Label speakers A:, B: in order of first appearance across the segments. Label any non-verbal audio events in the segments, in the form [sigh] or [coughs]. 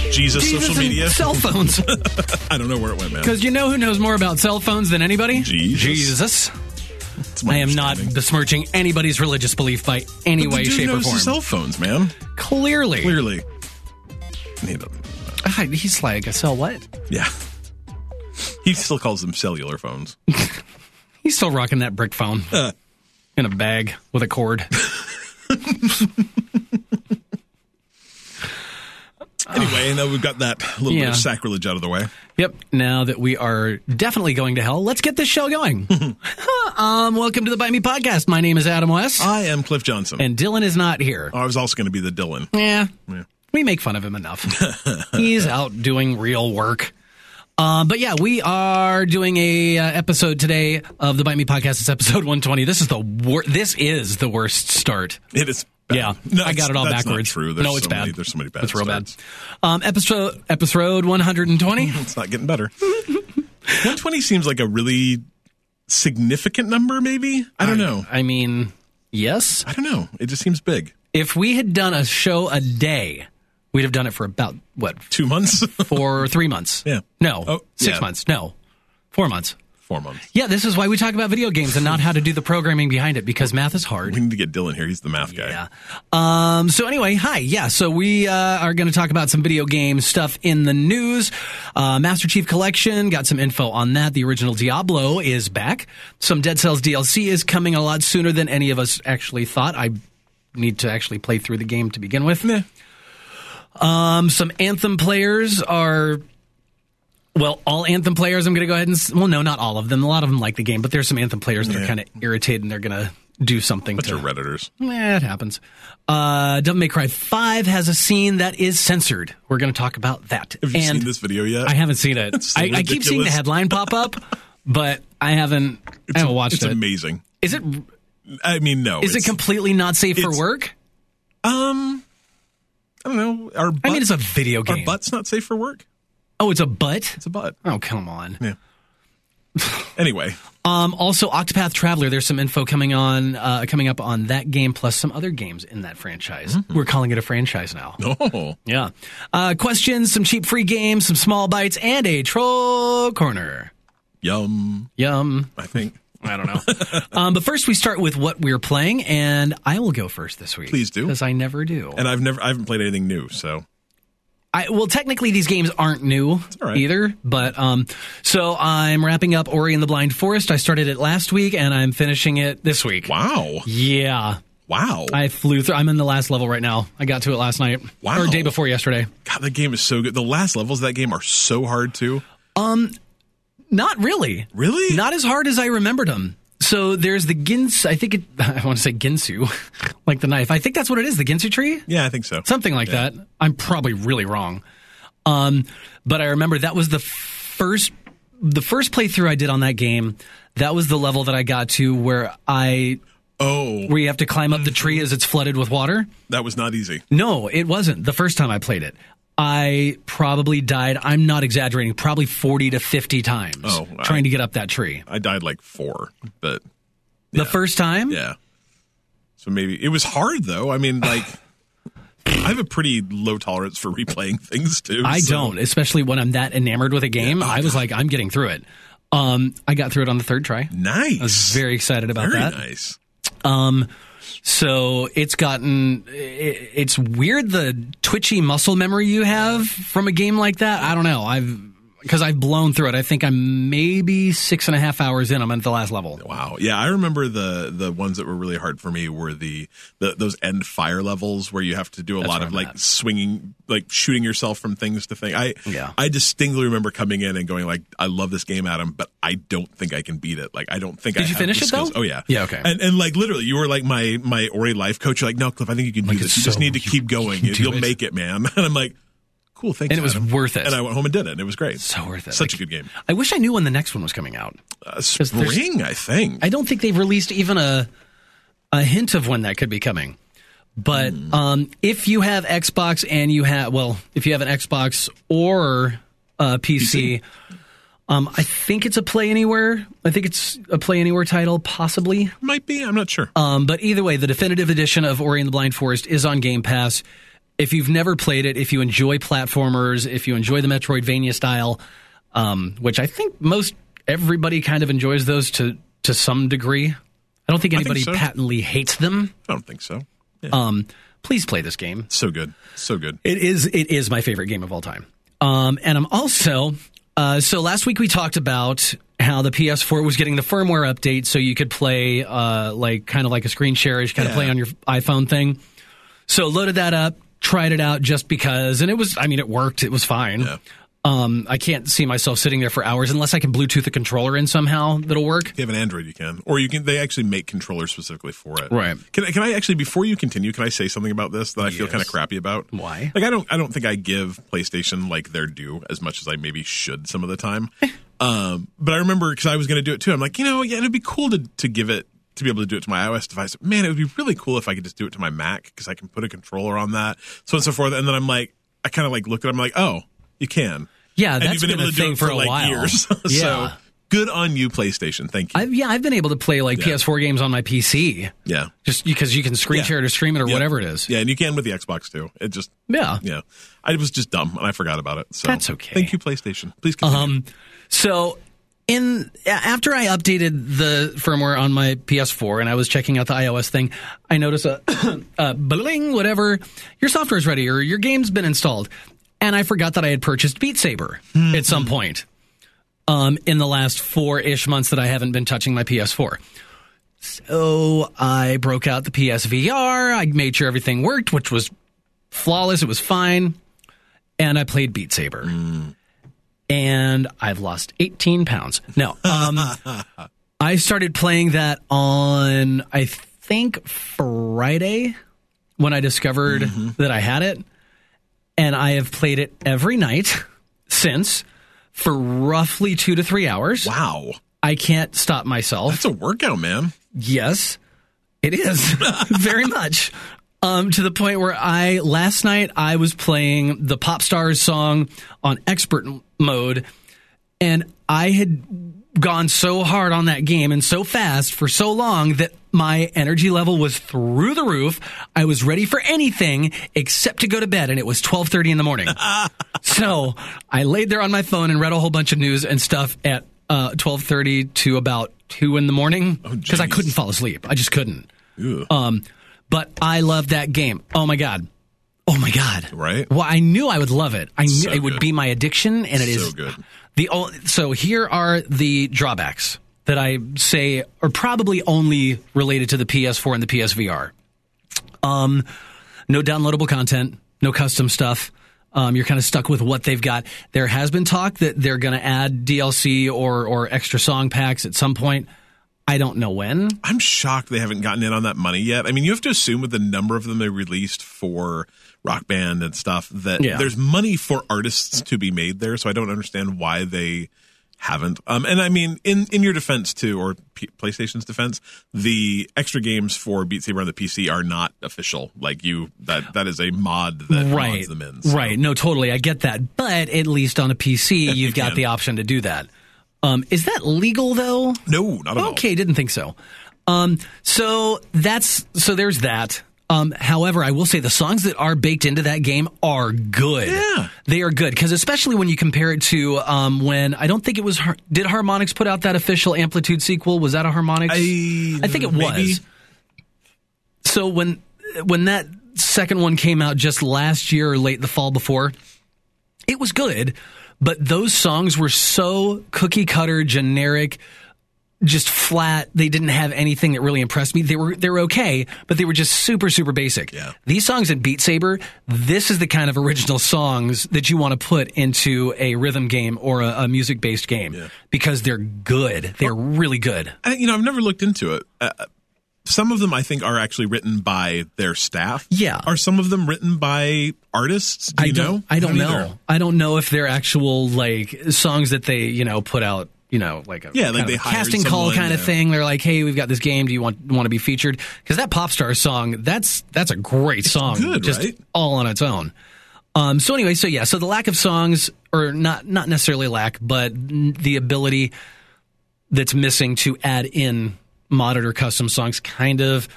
A: social media?
B: cell phones.
A: [laughs] I don't know where it went, man.
B: Because you know who knows more about cell phones than anybody?
A: Jesus.
B: Jesus.
A: It's my
B: I am not
A: understanding.
B: besmirching anybody's religious belief by any
A: But the
B: way,
A: dude
B: shape, or
A: knows
B: form.
A: Cell phones, man.
B: Clearly.
A: Clearly. He don't-
B: Ah, He's like, a cell what?
A: Yeah. He still calls them
B: [laughs]
A: cellular phones.
B: He's still rocking that brick phone
A: Uh.
B: in a bag with a
A: [laughs]
B: cord.
A: Anyway, now we've got that little bit
B: Yeah.
A: of sacrilege out of the way.
B: Yep. Now that we are definitely going to hell, let's get this show
A: [laughs]
B: going. [laughs] um, welcome to the Bite Me Podcast. My name is Adam West,
A: I am Cliff Johnson.
B: and Dylan is not here.
A: I was also going to be
B: [laughs]
A: the Dylan.
B: Yeah.
A: Yeah.
B: We make fun of him
A: [laughs]
B: enough. He's out doing real work. Um, but yeah, we are doing a uh, episode today of the Bite Me podcast. It's episode [laughs] 120. This is the wor- this is the worst start.
A: It is. Bad.
B: Yeah, I
A: it's-
B: got it all
A: [laughs] that's not
B: backwards.
A: true. There's
B: No, it's
A: so
B: bad.
A: Many, there's so many bad.
B: It's real
A: starts.
B: bad. Um, episode episode 120.
A: It's not getting
B: [laughs]
A: better. 120 seems like a really significant number. Maybe I don't know.
B: I mean, yes.
A: I don't know. It just seems big.
B: If we had done a show a day, we'd have done it for about what
A: Two months, [laughs]
B: four three months.
A: Yeah.
B: No.
A: Oh,
B: six
A: yeah.
B: months. No. Four months.
A: four months.
B: Yeah, this is why we talk about video games and not how to do the programming behind it because math is hard.
A: We need to get Dylan here. He's the math guy.
B: Yeah. Um, so anyway, hi. Yeah. So we uh, are going to talk about some video game stuff in the news. Uh, Master Chief Collection got some info on that. The original Diablo is back. Some Dead Cells DLC is coming a lot sooner than any of us actually thought. I need to actually play through the game to begin with. Um, some Anthem players are. Well, all Anthem players, I'm going to go ahead and. s- Well, no, not all of them. A lot of them like the game, but there's some Anthem players that are
A: Yeah.
B: kind of irritated and they're going to do something
A: Bunch
B: to
A: of redditors.
B: Eh, it happens. Uh, Devil May Cry 5 has a scene that is censored. We're going to talk about that.
A: Have you
B: and
A: seen this video yet?
B: I haven't seen
A: [laughs]
B: it.
A: so
B: I, I keep seeing the
A: ridiculous.
B: headline pop up, but I haven't. I haven't watched
A: it's
B: it.
A: amazing.
B: Is it
A: I mean, no.
B: is it
A: it's-
B: completely not safe for
A: it's-
B: work?
A: Um, I don't know. Our butt,
B: I mean, it's a video
A: our
B: game.
A: butt's not safe for work.
B: Oh, it's a butt.
A: It's a butt.
B: Oh, come on.
A: Anyway, [laughs]
B: Um, also, Octopath Traveler. There's some info coming on, uh, coming up on that game, plus some other games in that franchise.
A: Mm-hmm.
B: We're calling it a franchise now.
A: oh,
B: Yeah. Uh, questions, some cheap free games, some small bites, and a troll corner.
A: yum.
B: Yum.
A: I think.
B: I don't know. [laughs] um, but first, we start with what we're playing, and I will go first this week.
A: Please do.
B: Because I never do.
A: And I've never, I haven't played anything new, so
B: I, well, technically, these games aren't new
A: all right.
B: either. But um, so I'm wrapping up Ori and the Blind Forest. I started it last week, and I'm finishing it this week.
A: wow,
B: Yeah.
A: wow.
B: I flew through. I'm in the last level right now. I got to it last night.
A: Wow.
B: Or day before yesterday.
A: God, that game is so good. The last levels of that game are so hard too.
B: Not really.
A: Really?
B: Not as hard as I remembered them. So there's the Ginsu. I think it, [laughs] I want to say Ginsu, [laughs] like the knife. I think that's what it is, the Ginsu tree?
A: yeah, I think so.
B: Something like that. I'm probably really wrong. Um, but I remember that was the first, the first playthrough I did on that game. That was the level that I got to where I,
A: oh,
B: where you have to climb up the tree as it's flooded with water.
A: that was not easy.
B: No, it wasn't the first time I played it. I probably died, I'm not exaggerating, probably 40 to 50 times
A: Oh, I-
B: trying to get up that tree.
A: I died like four, but
B: The first time?
A: yeah. So maybe it was hard though. I
B: [sighs]
A: mean, like, I have a pretty low tolerance for replaying things too.
B: I
A: so- Oh,
B: don't, especially when I'm that enamored with a game. I was like, I'm getting through it. Um, I got through it on the third try.
A: Nice.
B: Very excited about
A: Very
B: that.
A: nice.
B: Um, so it's gotten, i- it's weird the twitchy muscle memory you have from a game like that. I don't know. I've, because I've blown through it. I think I'm maybe six and a half hours in. I'm at the last level.
A: Wow. Yeah, I remember the the ones that were really hard for me were the, the those end fire levels where you have to do a lot
B: where
A: of
B: I'm
A: like
B: at.
A: swinging, like shooting yourself from things to things. I
B: Yeah.
A: I distinctly remember coming in and going like, I love this game, Adam, but I don't think I can beat it. Like, I don't think I
B: you
A: have
B: finish
A: the
B: it, though?
A: skills. Oh yeah,
B: Yeah, okay.
A: And and like literally, you were like my my Ori life coach. You're like, no, Cliff, I think you can
B: Like,
A: do this.
B: it's
A: You just
B: so-
A: need to
B: you-
A: keep going.
B: you do
A: You'll
B: it."
A: make it, man. [laughs] And I'm like, cool, thanks.
B: And it was
A: Adam."
B: worth it.
A: And I went home and did it. and It was great.
B: So worth it.
A: Such
B: Like,
A: a good game.
B: I wish I knew when the next one was coming out.
A: Uh,
B: there's-
A: spring, I think.
B: I don't think they've released even a a hint of when that could be coming. But
A: Hmm.
B: um, if you have Xbox and you have well, if you have an Xbox or a PC, um, I think it's a play anywhere. I think it's a play anywhere title, possibly.
A: Might be. I'm not sure.
B: Um, but either way, the definitive edition of Ori and the Blind Forest is on Game Pass. if you've never played it, if you enjoy platformers, if you enjoy the Metroidvania style, um, which I think most everybody kind of enjoys those to to some degree. I don't think
A: think
B: anybody
A: so.
B: patently hates them.
A: I don't think so. Yeah.
B: Um, please play this game.
A: so good. So good.
B: It is it is my favorite game of all time. Um, and I'm also uh, so last week we talked about how the PS4 was getting the firmware update, so you could play uh, like kind of like a screen share-ish kind
A: Yeah.
B: of play on your iPhone thing. So loaded that up, tried it out just because, and it was I mean it worked, it was fine.
A: Yeah.
B: Um, I can't see myself sitting there for hours unless I can Bluetooth the controller in somehow. That'll work.
A: If you have an Android, you can, or you can. They actually make controllers specifically for it.
B: Right.
A: Can I- Can I actually before you continue? Can I say something about this that I feel kind of crappy about?
B: Why?
A: Like I don't. I don't think I give PlayStation like their due as much as I maybe should some of
B: [laughs]
A: the time. um, but I remember because I was going to do it too. I'm like, you know, yeah, it'd be cool to to give it to be able to do it to my iOS device. Man, it would be really cool if I could just do it to my Mac because I can put a controller on that, so on and so forth. And then I'm like, I kind of like look at. It, I'm like, oh, you can.
B: Yeah,
A: and
B: that's
A: you've been, able
B: a
A: to
B: thing
A: do it
B: for,
A: for,
B: a
A: like
B: while.
A: years. [laughs]
B: Yeah.
A: so good on you, PlayStation. Thank you.
B: I've, yeah, I've been able to play like PS4 games on my PC.
A: yeah.
B: just because you can screen
A: Yeah.
B: share it or stream it or
A: Yep.
B: whatever it is.
A: Yeah, and you can with the Xbox too. It just
B: Yeah.
A: yeah, I was just dumb and I forgot about it. So
B: That's okay.
A: Thank you, PlayStation. Please continue.
B: Um, so in a- after I updated the firmware on my PS4 and I was checking out the iOS thing, I noticed a, [coughs] a bling, whatever. Your software is ready or your game's been installed, and I forgot that I had purchased Beat Saber at
A: Hmm.
B: some point. Um, in the last four ish months that I haven't been touching my PS4. So Oh, I broke out the PSVR. I made sure everything worked, which was flawless. It was fine. And I played Beat Saber and I've lost 18 pounds. No, um, I started playing that on, I think, Friday when I discovered that I had it. And I have played it every night since for roughly two to three hours.
A: wow,
B: I can't stop myself.
A: that's a workout, man.
B: Yes, it is [laughs] very much. Um, to the point where I last night I was playing the pop stars song on expert m- mode, and I had gone so hard on that game and so fast for so long that my energy level was through the roof. I was ready for anything except to go to bed, and it was twelve thirty in the morning. so I laid there on my phone and read a whole bunch of news and stuff at uh, twelve thirty to about two in the morning because I
A: geez.
B: couldn't fall asleep. I just couldn't.
A: Ew.
B: Um, but I love that game. Oh my god. Oh my god.
A: Right?
B: Well, I knew I would love it. I knew
A: So
B: it would
A: good.
B: be my addiction, and it is
A: So good.
B: the only. So here are the drawbacks that I say are probably only related to the PS4 and the PSVR. Um, no downloadable content, no custom stuff. Um, you're kind of stuck with what they've got. There has been talk that they're going to add DLC or or extra song packs at some point. I don't know when.
A: I'm shocked they haven't gotten in on that money yet. I mean, you have to assume with the number of them they released for Rock Band and stuff that
B: Yeah.
A: there's money for artists to be made there. So I don't understand why they haven't. Um, and I mean, in in your defense too, or P- PlayStation's defense, the extra games for Beat Saber on the PC are not official. Like you, that that is a mod that mods them in. So
B: Right. No, totally. I get that. But at least on a
A: [laughs]
B: PC, you've got
A: can.
B: the option to do that. Um, is that legal though?
A: No, not at all.
B: Okay, didn't think so. Um, so that's so there's that. Um, however, I will say the songs that are baked into that game are good.
A: Yeah.
B: They are good because especially when you compare it to um, when I don't think it was Har- did Harmonix put out that official Amplitude sequel? Was that a Harmonix?
A: I-
B: I think it
A: maybe.
B: was. So when when that second one came out just last year or late the fall before, it was good, but those songs were so cookie cutter, generic, just flat. They didn't have anything that really impressed me. They were they were okay, but they were just super super basic.
A: Yeah.
B: These songs in Beat Saber, this is the kind of original songs that you want to put into a rhythm game or a, a music based game because they're good. They're really good.
A: I, you know, I've never looked into it. Uh, uh, some of them, I think, are actually written by their staff.
B: Yeah.
A: Are some of them written by artists? Do
B: I
A: you
B: don't.
A: know?
B: I don't
A: don't
B: know.
A: either.
B: I don't know if they're actual like songs that they you know put out. You know, like a,
A: Yeah,
B: kind
A: like
B: of
A: they
B: a
A: hired
B: casting call
A: someone,
B: kind of
A: yeah.
B: thing. They're like, hey, we've got this game. Do you want want to be featured? Because that pop star song, that's that's a great song,
A: good,
B: just
A: right?
B: all on its own. Um, so anyway, so yeah, so the lack of songs, or not not necessarily lack, but n- the ability that's missing to add in monitor custom songs kind of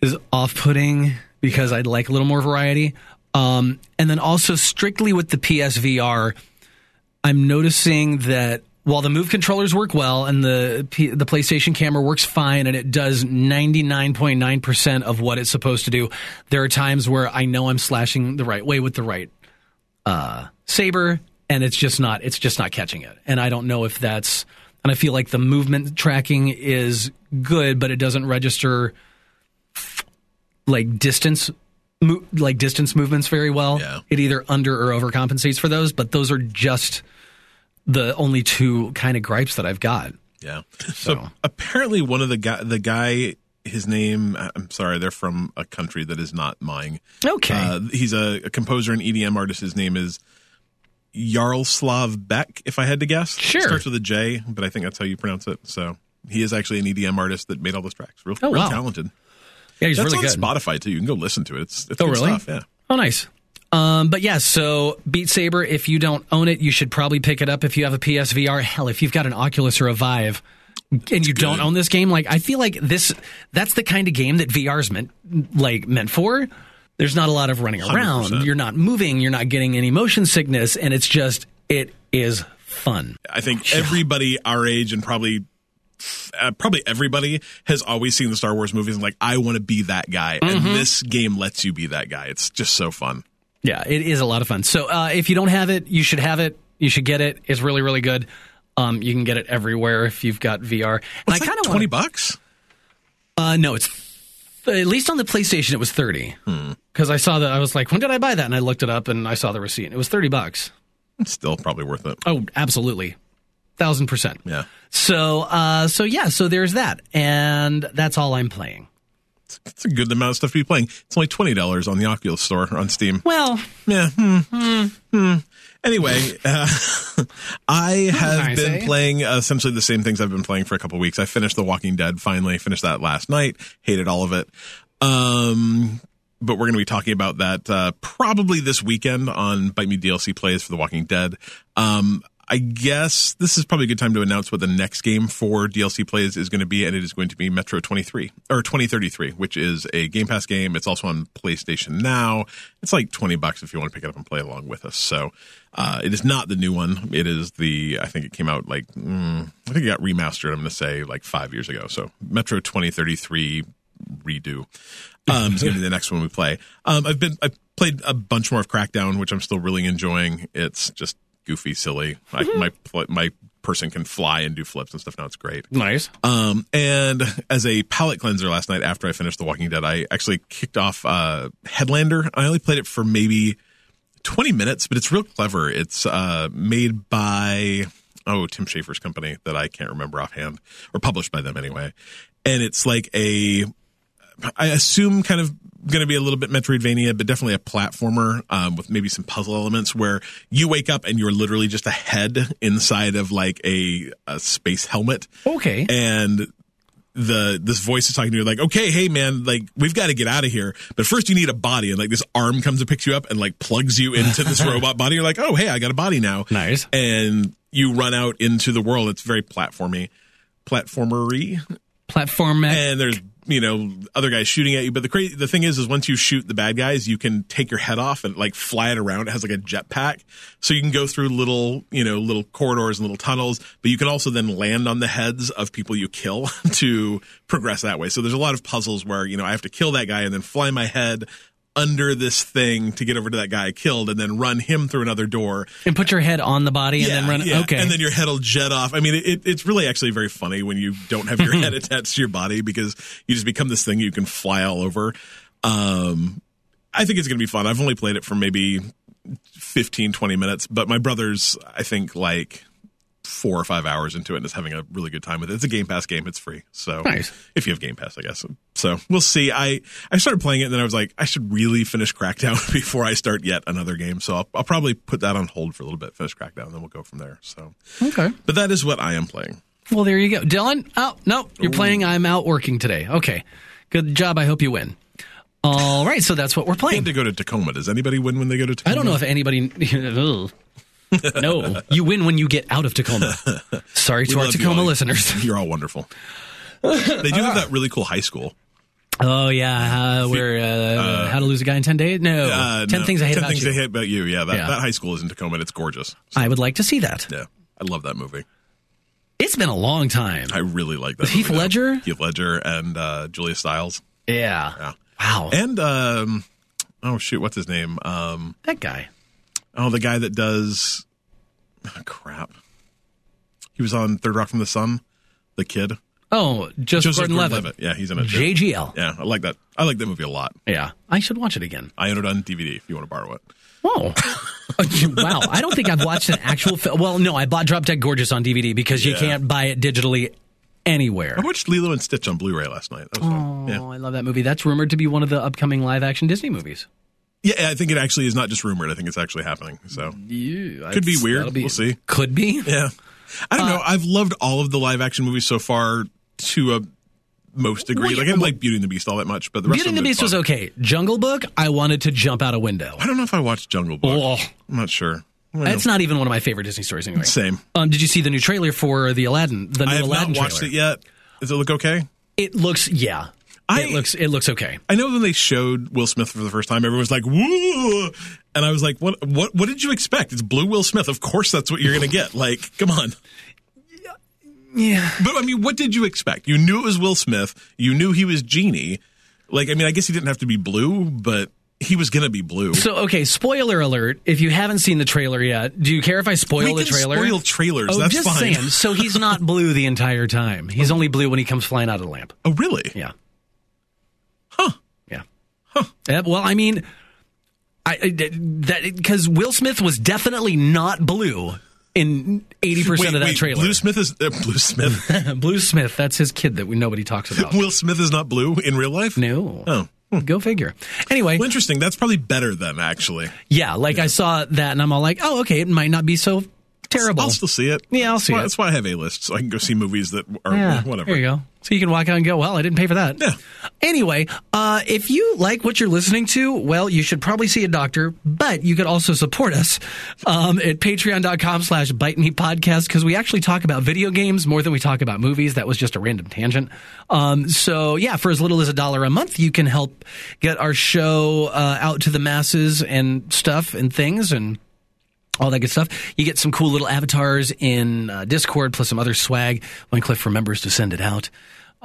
B: is off putting because I'd like a little more variety. Um, and then also strictly with the PSVR, I'm noticing that while the Move controllers work well and the P- the PlayStation camera works fine and it does 99.9% of what it's supposed to do, there are times where I know I'm slashing the right way with the right uh, saber and it's just not it's just not catching it. And I don't know if that's and I feel like the movement tracking is good, but it doesn't register like distance mo- like distance movements very well.
A: Yeah.
B: It either under or overcompensates for those, but those are just the only two kind of gripes that I've got.
A: Yeah. So, apparently, one of the guy, the guy, his name, I'm sorry, they're from a country that is not mine.
B: Okay.
A: Uh, he's a, a composer and EDM artist. His name is Yaroslav Beck, if I had to guess.
B: Sure.
A: Starts with a J, but I think that's how you pronounce it. So he is actually an EDM artist that made all those tracks. Real,
B: Oh,
A: real
B: wow.
A: talented.
B: yeah, he's
A: that's
B: really
A: on
B: good.
A: Spotify too. You can go listen to it. It's, it's
B: Oh,
A: good
B: really?
A: stuff. Yeah.
B: Oh, nice. Um, but yeah, so Beat Saber, if you don't own it, you should probably pick it up if you have a PSVR. Hell, if you've got an Oculus or a Vive and you don't own this game, like I feel like this that's the kind of game that VR's meant like meant for. There's not a lot of running around.
A: 100%.
B: You're not moving, you're not getting any motion sickness, and it's just it is fun.
A: I think everybody our age and probably uh, probably everybody has always seen the Star Wars movies and like I want to be that guy,
B: Mm-hmm.
A: and this game lets you be that guy. It's just so fun.
B: Yeah, it is a lot of fun. So uh, if you don't have it, you should have it. You should get it. It's really, really good. Um, you can get it everywhere if you've got VR. And
A: It's like
B: kinda wanna-
A: twenty bucks.
B: Uh, no, it's at least on the PlayStation it was thirty.
A: Hmm.
B: Because I saw that I was like, when did I buy that? And I looked it up and I saw the receipt. It was thirty bucks.
A: It's still probably worth it.
B: Oh, absolutely, thousand percent.
A: Yeah,
B: So, uh, so yeah, so there's that, and that's all I'm playing.
A: it's, it's a good amount of stuff to be playing. It's only twenty dollars on the Oculus Store or on Steam.
B: Well,
A: Yeah. Hmm. Hmm. Anyway, uh, [laughs] I have
B: nice,
A: been
B: eh?
A: playing uh, essentially the same things I've been playing for a couple weeks. I finished The Walking Dead finally. Finished that last night. Hated all of it. Um, but we're going to be talking about that uh, probably this weekend on Bite Me DLC plays for The Walking Dead. Um, I guess this is probably a good time to announce what the next game for DLC plays is going to be, and it is going to be Metro 23 or 2033, which is a Game Pass game. It's also on PlayStation Now. It's like 20 bucks if you want to pick it up and play along with us. So uh, it is not the new one. It is the I think it came out like mm, I think it got remastered. I'm going to say like five years ago. So Metro 2033 redo um, is going to be the next one we play. Um, I've been I played a bunch more of Crackdown, which I'm still really enjoying. It's just goofy, silly. I, my pl- my person can fly and do flips and stuff. Now it's great.
B: nice.
A: Um, and as a palate cleanser last night after I finished The Walking Dead, I actually kicked off uh, Headlander. I only played it for maybe 20 minutes, but it's real clever. It's uh, made by, oh, Tim Schafer's company that I can't remember offhand, or published by them anyway. And it's like a, I assume, kind of going to be a little bit Metroidvania, but definitely a platformer um, with maybe some puzzle elements where you wake up and you're literally just a head inside of like a, a space helmet
B: Okay.
A: and the this voice is talking to you like okay hey man like we've got to get out of here but first you need a body and like this arm comes and picks you up and like plugs you into this robot body you're like oh hey i got a body now
B: Nice.
A: and you run out into the world it's very platformy platformery
B: Platform mech.
A: and there's you know other guys shooting at you but the crazy the thing is is once you shoot the bad guys you can take your head off and like fly it around it has like a jetpack so you can go through little you know little corridors and little tunnels but you can also then land on the heads of people you kill [laughs] to progress that way so there's a lot of puzzles where you know i have to kill that guy and then fly my head under this thing to get over to that guy I killed and then run him through another door
B: and put your head on the body
A: yeah,
B: and then run.
A: yeah.
B: Okay.
A: And then your head will jet off. I mean, it, it's really actually very funny when you don't have your
B: Mm-hmm.
A: head attached to your body because you just become this thing you can fly all over. Um, I think it's going to be fun. I've only played it for maybe 15, 20 minutes, but my brother's, I think, like four or five hours into it and is having a really good time with it. It's a Game Pass game. It's free. So
B: Nice.
A: if you have Game Pass, I guess. So we'll see. I, I started playing it and then I was like, I should really finish Crackdown [laughs] before I start yet another game. So I'll, I'll probably put that on hold for a little bit, finish Crackdown, and then we'll go from there. So,
B: okay.
A: but that is what I am playing.
B: Well, there you go, Dylan. Oh no, you're playing. I'm out working today. Okay. Good job. I hope you win. All right. So that's what we're
A: I
B: playing.
A: had to go to Tacoma. Does anybody win when they go to Tacoma?
B: I don't know if anybody. [laughs] Ugh. no, you win when you get out of [laughs] Tacoma. Sorry to our
A: love you
B: Tacoma
A: all. [laughs]
B: listeners.
A: You're all wonderful. They do have that really cool high school.
B: [laughs] Oh yeah, uh, where uh, How to Lose a Guy in Ten Days? No,
A: Uh,
B: Ten
A: no.
B: Things I Hate
A: Ten
B: About
A: things
B: You.
A: I hate about you. Yeah that,
B: Yeah.
A: that high school is in Tacoma. and It's gorgeous.
B: I would like to see that.
A: Yeah, I love that movie.
B: It's been a long time.
A: I really like that.
B: Heath
A: movie, though.
B: Ledger?
A: Heath Ledger, and uh, Julia Stiles,
B: Yeah. Wow.
A: and um, oh shoot, what's his name? Um,
B: that guy.
A: oh, the guy that does oh, crap. He was on Third Rock from the Sun. The kid,
B: Oh, just
A: Joseph
B: Gordon Levitt.
A: Gordon-Levitt. Yeah, he's in it. too.
B: JGL.
A: Yeah, I like that. I like that movie a lot.
B: Yeah. I should watch it again.
A: I own it on DVD. If you want to borrow it,
B: Whoa. [laughs] wow. I don't think I've watched an actual film. Well, no, I bought Drop Dead Gorgeous on DVD because you
A: Yeah.
B: can't buy it digitally anywhere.
A: I watched Lilo and Stitch on Blu-ray last night. That was fun. Yeah.
B: Oh, I love that movie. That's rumored to be one of the upcoming live action Disney movies.
A: yeah, I think it actually is not just rumored. I think it's actually happening. So
B: Yeah,
A: Could be that's- weird. that'll be- We'll see.
B: Could
A: [laughs]
B: be.
A: Yeah. I
B: Uh,
A: don't know. I've loved all of the live action movies so far to a most degree.
B: Well, yeah,
A: like I didn't
B: well-
A: like Beauty and the Beast all that much, but the rest
B: Beauty
A: of
B: and the
A: them
B: Beast
A: did
B: was
A: fun.
B: okay. Jungle Book, I wanted to jump out a window.
A: I don't know if I watched Jungle Book.
B: Oh,
A: I'm not sure. Well,
B: that's not even one of my favorite Disney stories anyway.
A: same.
B: Um, did you see the new trailer for the Aladdin? The new
A: I have
B: Aladdin
A: not watched
B: trailer?
A: it yet. Does it look okay?
B: It looks yeah.
A: I-
B: it looks it looks okay.
A: I know when they showed Will Smith for the first time, everyone was like, "Woo!" And I was like, "What? What? What did you expect? It's blue Will Smith. Of course, that's what you're going to get. Like, come on."
B: Yeah.
A: But I mean, what did you expect? You knew it was Will Smith. You knew he was Genie. Like, I mean, I guess he didn't have to be blue, but he was going to be blue.
B: So okay, spoiler alert. If you haven't seen the trailer yet, do you care if I spoil
A: we
B: the
A: can
B: trailer?
A: spoil trailers.
B: oh,
A: That's
B: just
A: fine.
B: saying. So he's
A: [laughs]
B: not blue the entire time. He's only blue when he comes flying out of the lamp.
A: Oh, really?
B: Yeah. Huh. Yeah. Huh. well, I mean, I, I that because Will Smith was definitely not blue in eighty
A: Wait,
B: percent of that
A: wait,
B: trailer.
A: Blue Smith is uh, Blue
B: [laughs]
A: Smith.
B: Blue Smith, that's his kid that we, nobody talks
A: [laughs]
B: about.
A: Will Smith is not blue in real life.
B: no.
A: Oh.
B: Go figure. Anyway,
A: Well, interesting. That's probably better than actually.
B: yeah, like I saw that and I'm all like, oh, okay, it might not be so terrible.
A: I'll still see it.
B: Yeah, I'll see
A: Well,
B: it.
A: That's why I have a list, so I can go see movies that are
B: Yeah,
A: [laughs] whatever.
B: There you go. So you can walk out and go, well, I didn't pay for that.
A: Yeah.
B: Anyway, uh, if you like what you're listening to, well, you should probably see a doctor, but you could also support us um, at patreon.com slash bite me podcast because we actually talk about video games more than we talk about movies. That was just a random tangent. Um, so, yeah, for as little as a dollar a month, you can help get our show uh, out to the masses and stuff and things and all that good stuff. You get some cool little avatars in uh, Discord, plus some other swag when Cliff remembers to send it out.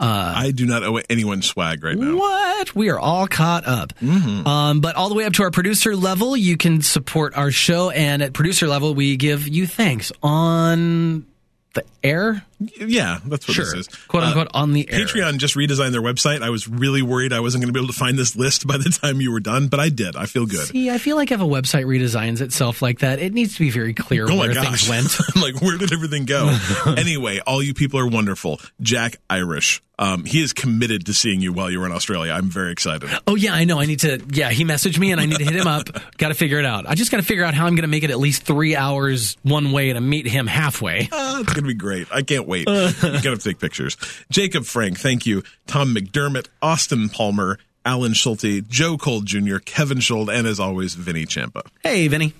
A: I do not owe anyone swag right now.
B: What? We are all caught up.
A: Mm-hmm.
B: Um, but all the way up to our producer level, you can support our show. And at producer level, we give you thanks on the air.
A: Yeah, that's what this is.
B: Quote unquote on the air.
A: Uh, Patreon just redesigned their website. I was really worried I wasn't going to be able to find this list by the time you were done, but I did. I feel good.
B: See, I feel like if a website redesigns itself like that, it needs to be very clear
A: Oh
B: where
A: my
B: things
A: gosh.
B: went.
A: [laughs] I'm like, where did
B: [laughs]
A: everything go? anyway, all you people are wonderful. Jack Irish. Um, he is committed to seeing you while you're in Australia. I'm very excited.
B: [laughs] Oh yeah, I know. I need to. Yeah, he messaged me, and I need to hit him [laughs] up. Got to figure it out. I just got to figure out how I'm going to make it at least three hours one way to meet him halfway.
A: Ah, it's going to be great. I can't
B: [laughs]
A: wait. You're going to take pictures. Jacob Frank, thank you. Tom McDermott, Austin Palmer, Alan Schulte, Joe Cole Jr., Kevin Schold, and as always, Vinny Champa.
B: Hey, Vinny.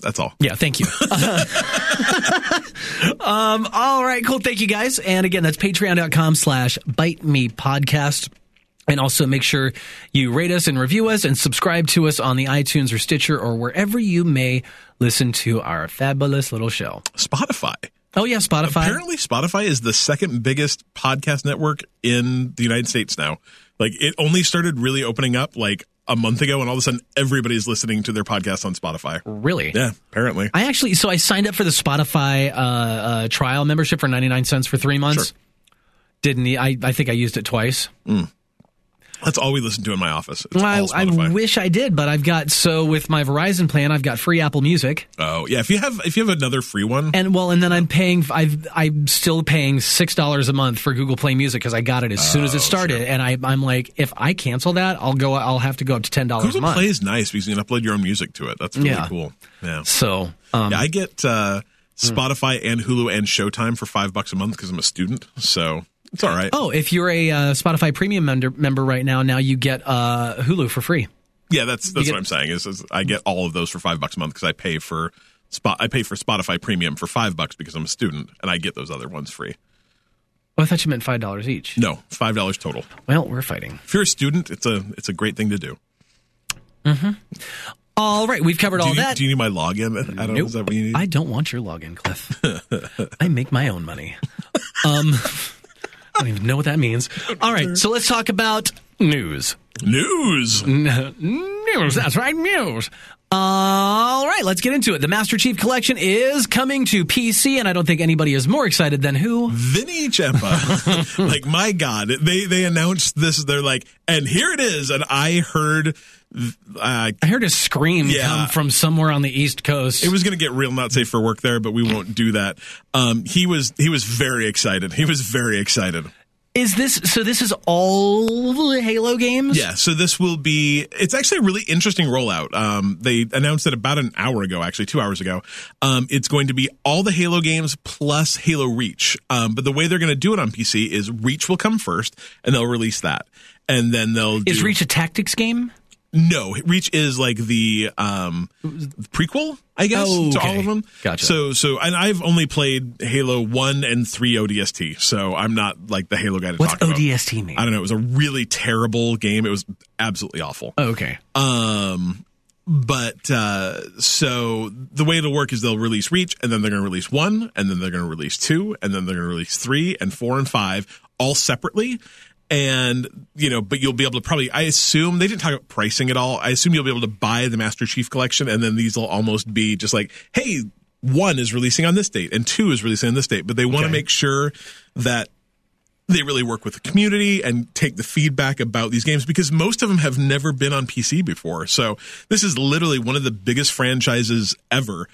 A: That's all.
B: Yeah, thank you. [laughs] um, all right, cool. Thank you guys. And again, that's patreon.com slash bite me podcast. And also make sure you rate us and review us and subscribe to us on the iTunes or Stitcher or wherever you may listen to our fabulous little show.
A: Spotify.
B: Oh yeah, Spotify.
A: Apparently, Spotify is the second biggest podcast network in the United States now. Like, it only started really opening up like a month ago, and all of a sudden, everybody's listening to their podcast on Spotify.
B: Really?
A: Yeah, apparently.
B: I actually, so I signed up for the Spotify uh, uh, trial membership for 99 cents for three months.
A: Sure.
B: Didn't need, I, I think I used it twice.
A: That's all we listen to in my office. It's
B: I,
A: all
B: I
A: Spotify.
B: wish I did, but I've got, so with my Verizon plan, I've got free Apple Music.
A: oh, yeah. If you have if you have another free one,
B: And well, and then I'm paying. I've I'm still paying six dollars a month for Google Play Music because I got it as soon
A: Oh,
B: as it started. And I I'm like, if I cancel that, I'll go. I'll have to go up to ten dollars a
A: Google
B: month.
A: Play is nice because you can upload your own music to it. That's really
B: Yeah.
A: cool. Yeah.
B: so um, hmm.
A: yeah, I get uh, Spotify and Hulu and Showtime for five bucks a month because I'm a student. So it's all right.
B: oh, if you're a uh, Spotify Premium member, member right now, now you get uh, Hulu for free.
A: Yeah, that's that's
B: get-
A: what I'm saying. Is, is I get all of those for five bucks a month because I pay for spot I pay for Spotify Premium for five bucks because I'm a student, and I get those other ones free.
B: Oh, I thought you meant five dollars each.
A: No, five dollars total.
B: Well, we're fighting.
A: If you're a student, it's a it's a great thing to do.
B: All right, we've covered
A: Do
B: all
A: you,
B: that.
A: do you need my login? I don't know. Is that what you need?
B: I don't want your login, Cliff.
A: [laughs]
B: I make my own money. Um, I don't even know what that means. All right, so let's talk about news.
A: News.
B: Mm. News, that's right, news. All right, let's get into it. The Master Chief Collection is coming to PC, and I don't think anybody is more excited than who? [laughs]
A: Vinny Cheppa. like my God, they they announced this. They're like, and here it is. And I heard, uh,
B: I heard a scream
A: Yeah.
B: come from somewhere on the East Coast.
A: it was going to get real not safe for work there, but we won't do that. Um, he was he was very excited. He was very excited.
B: is this so? This is all the Halo games?
A: Yeah, so this will be. It's actually a really interesting rollout. Um, they announced it about an hour ago, actually two hours ago. Um, it's going to be all the Halo games plus Halo Reach. Um, but the way they're going to do it on PC is Reach will come first, and they'll release that, and then they'll
B: Is
A: do,
B: Reach a tactics game?
A: No, Reach is like the um prequel, I guess,
B: Oh,
A: to
B: okay.
A: all of them.
B: Gotcha.
A: So, so, and I've only played Halo One and Three ODST, so I'm not like the Halo guy to
B: What's
A: talk about.
B: ODST mean?
A: I don't know. It was a really terrible game. It was absolutely awful.
B: Oh, okay.
A: Um, but uh, so the way it'll work is they'll release Reach, and then they're going to release one, and then they're going to release two, and then they're going to release three and four and five all separately. And you know, but you'll be able to probably. I assume they didn't talk about pricing at all. I assume you'll be able to buy the Master Chief Collection, and then these will almost be just like, hey, one is releasing on this date, and two is releasing on this date. But they want to
B: Okay.
A: make sure that they really work with the community and take the feedback about these games because most of them have never been on PC before. So this is literally one of the biggest franchises ever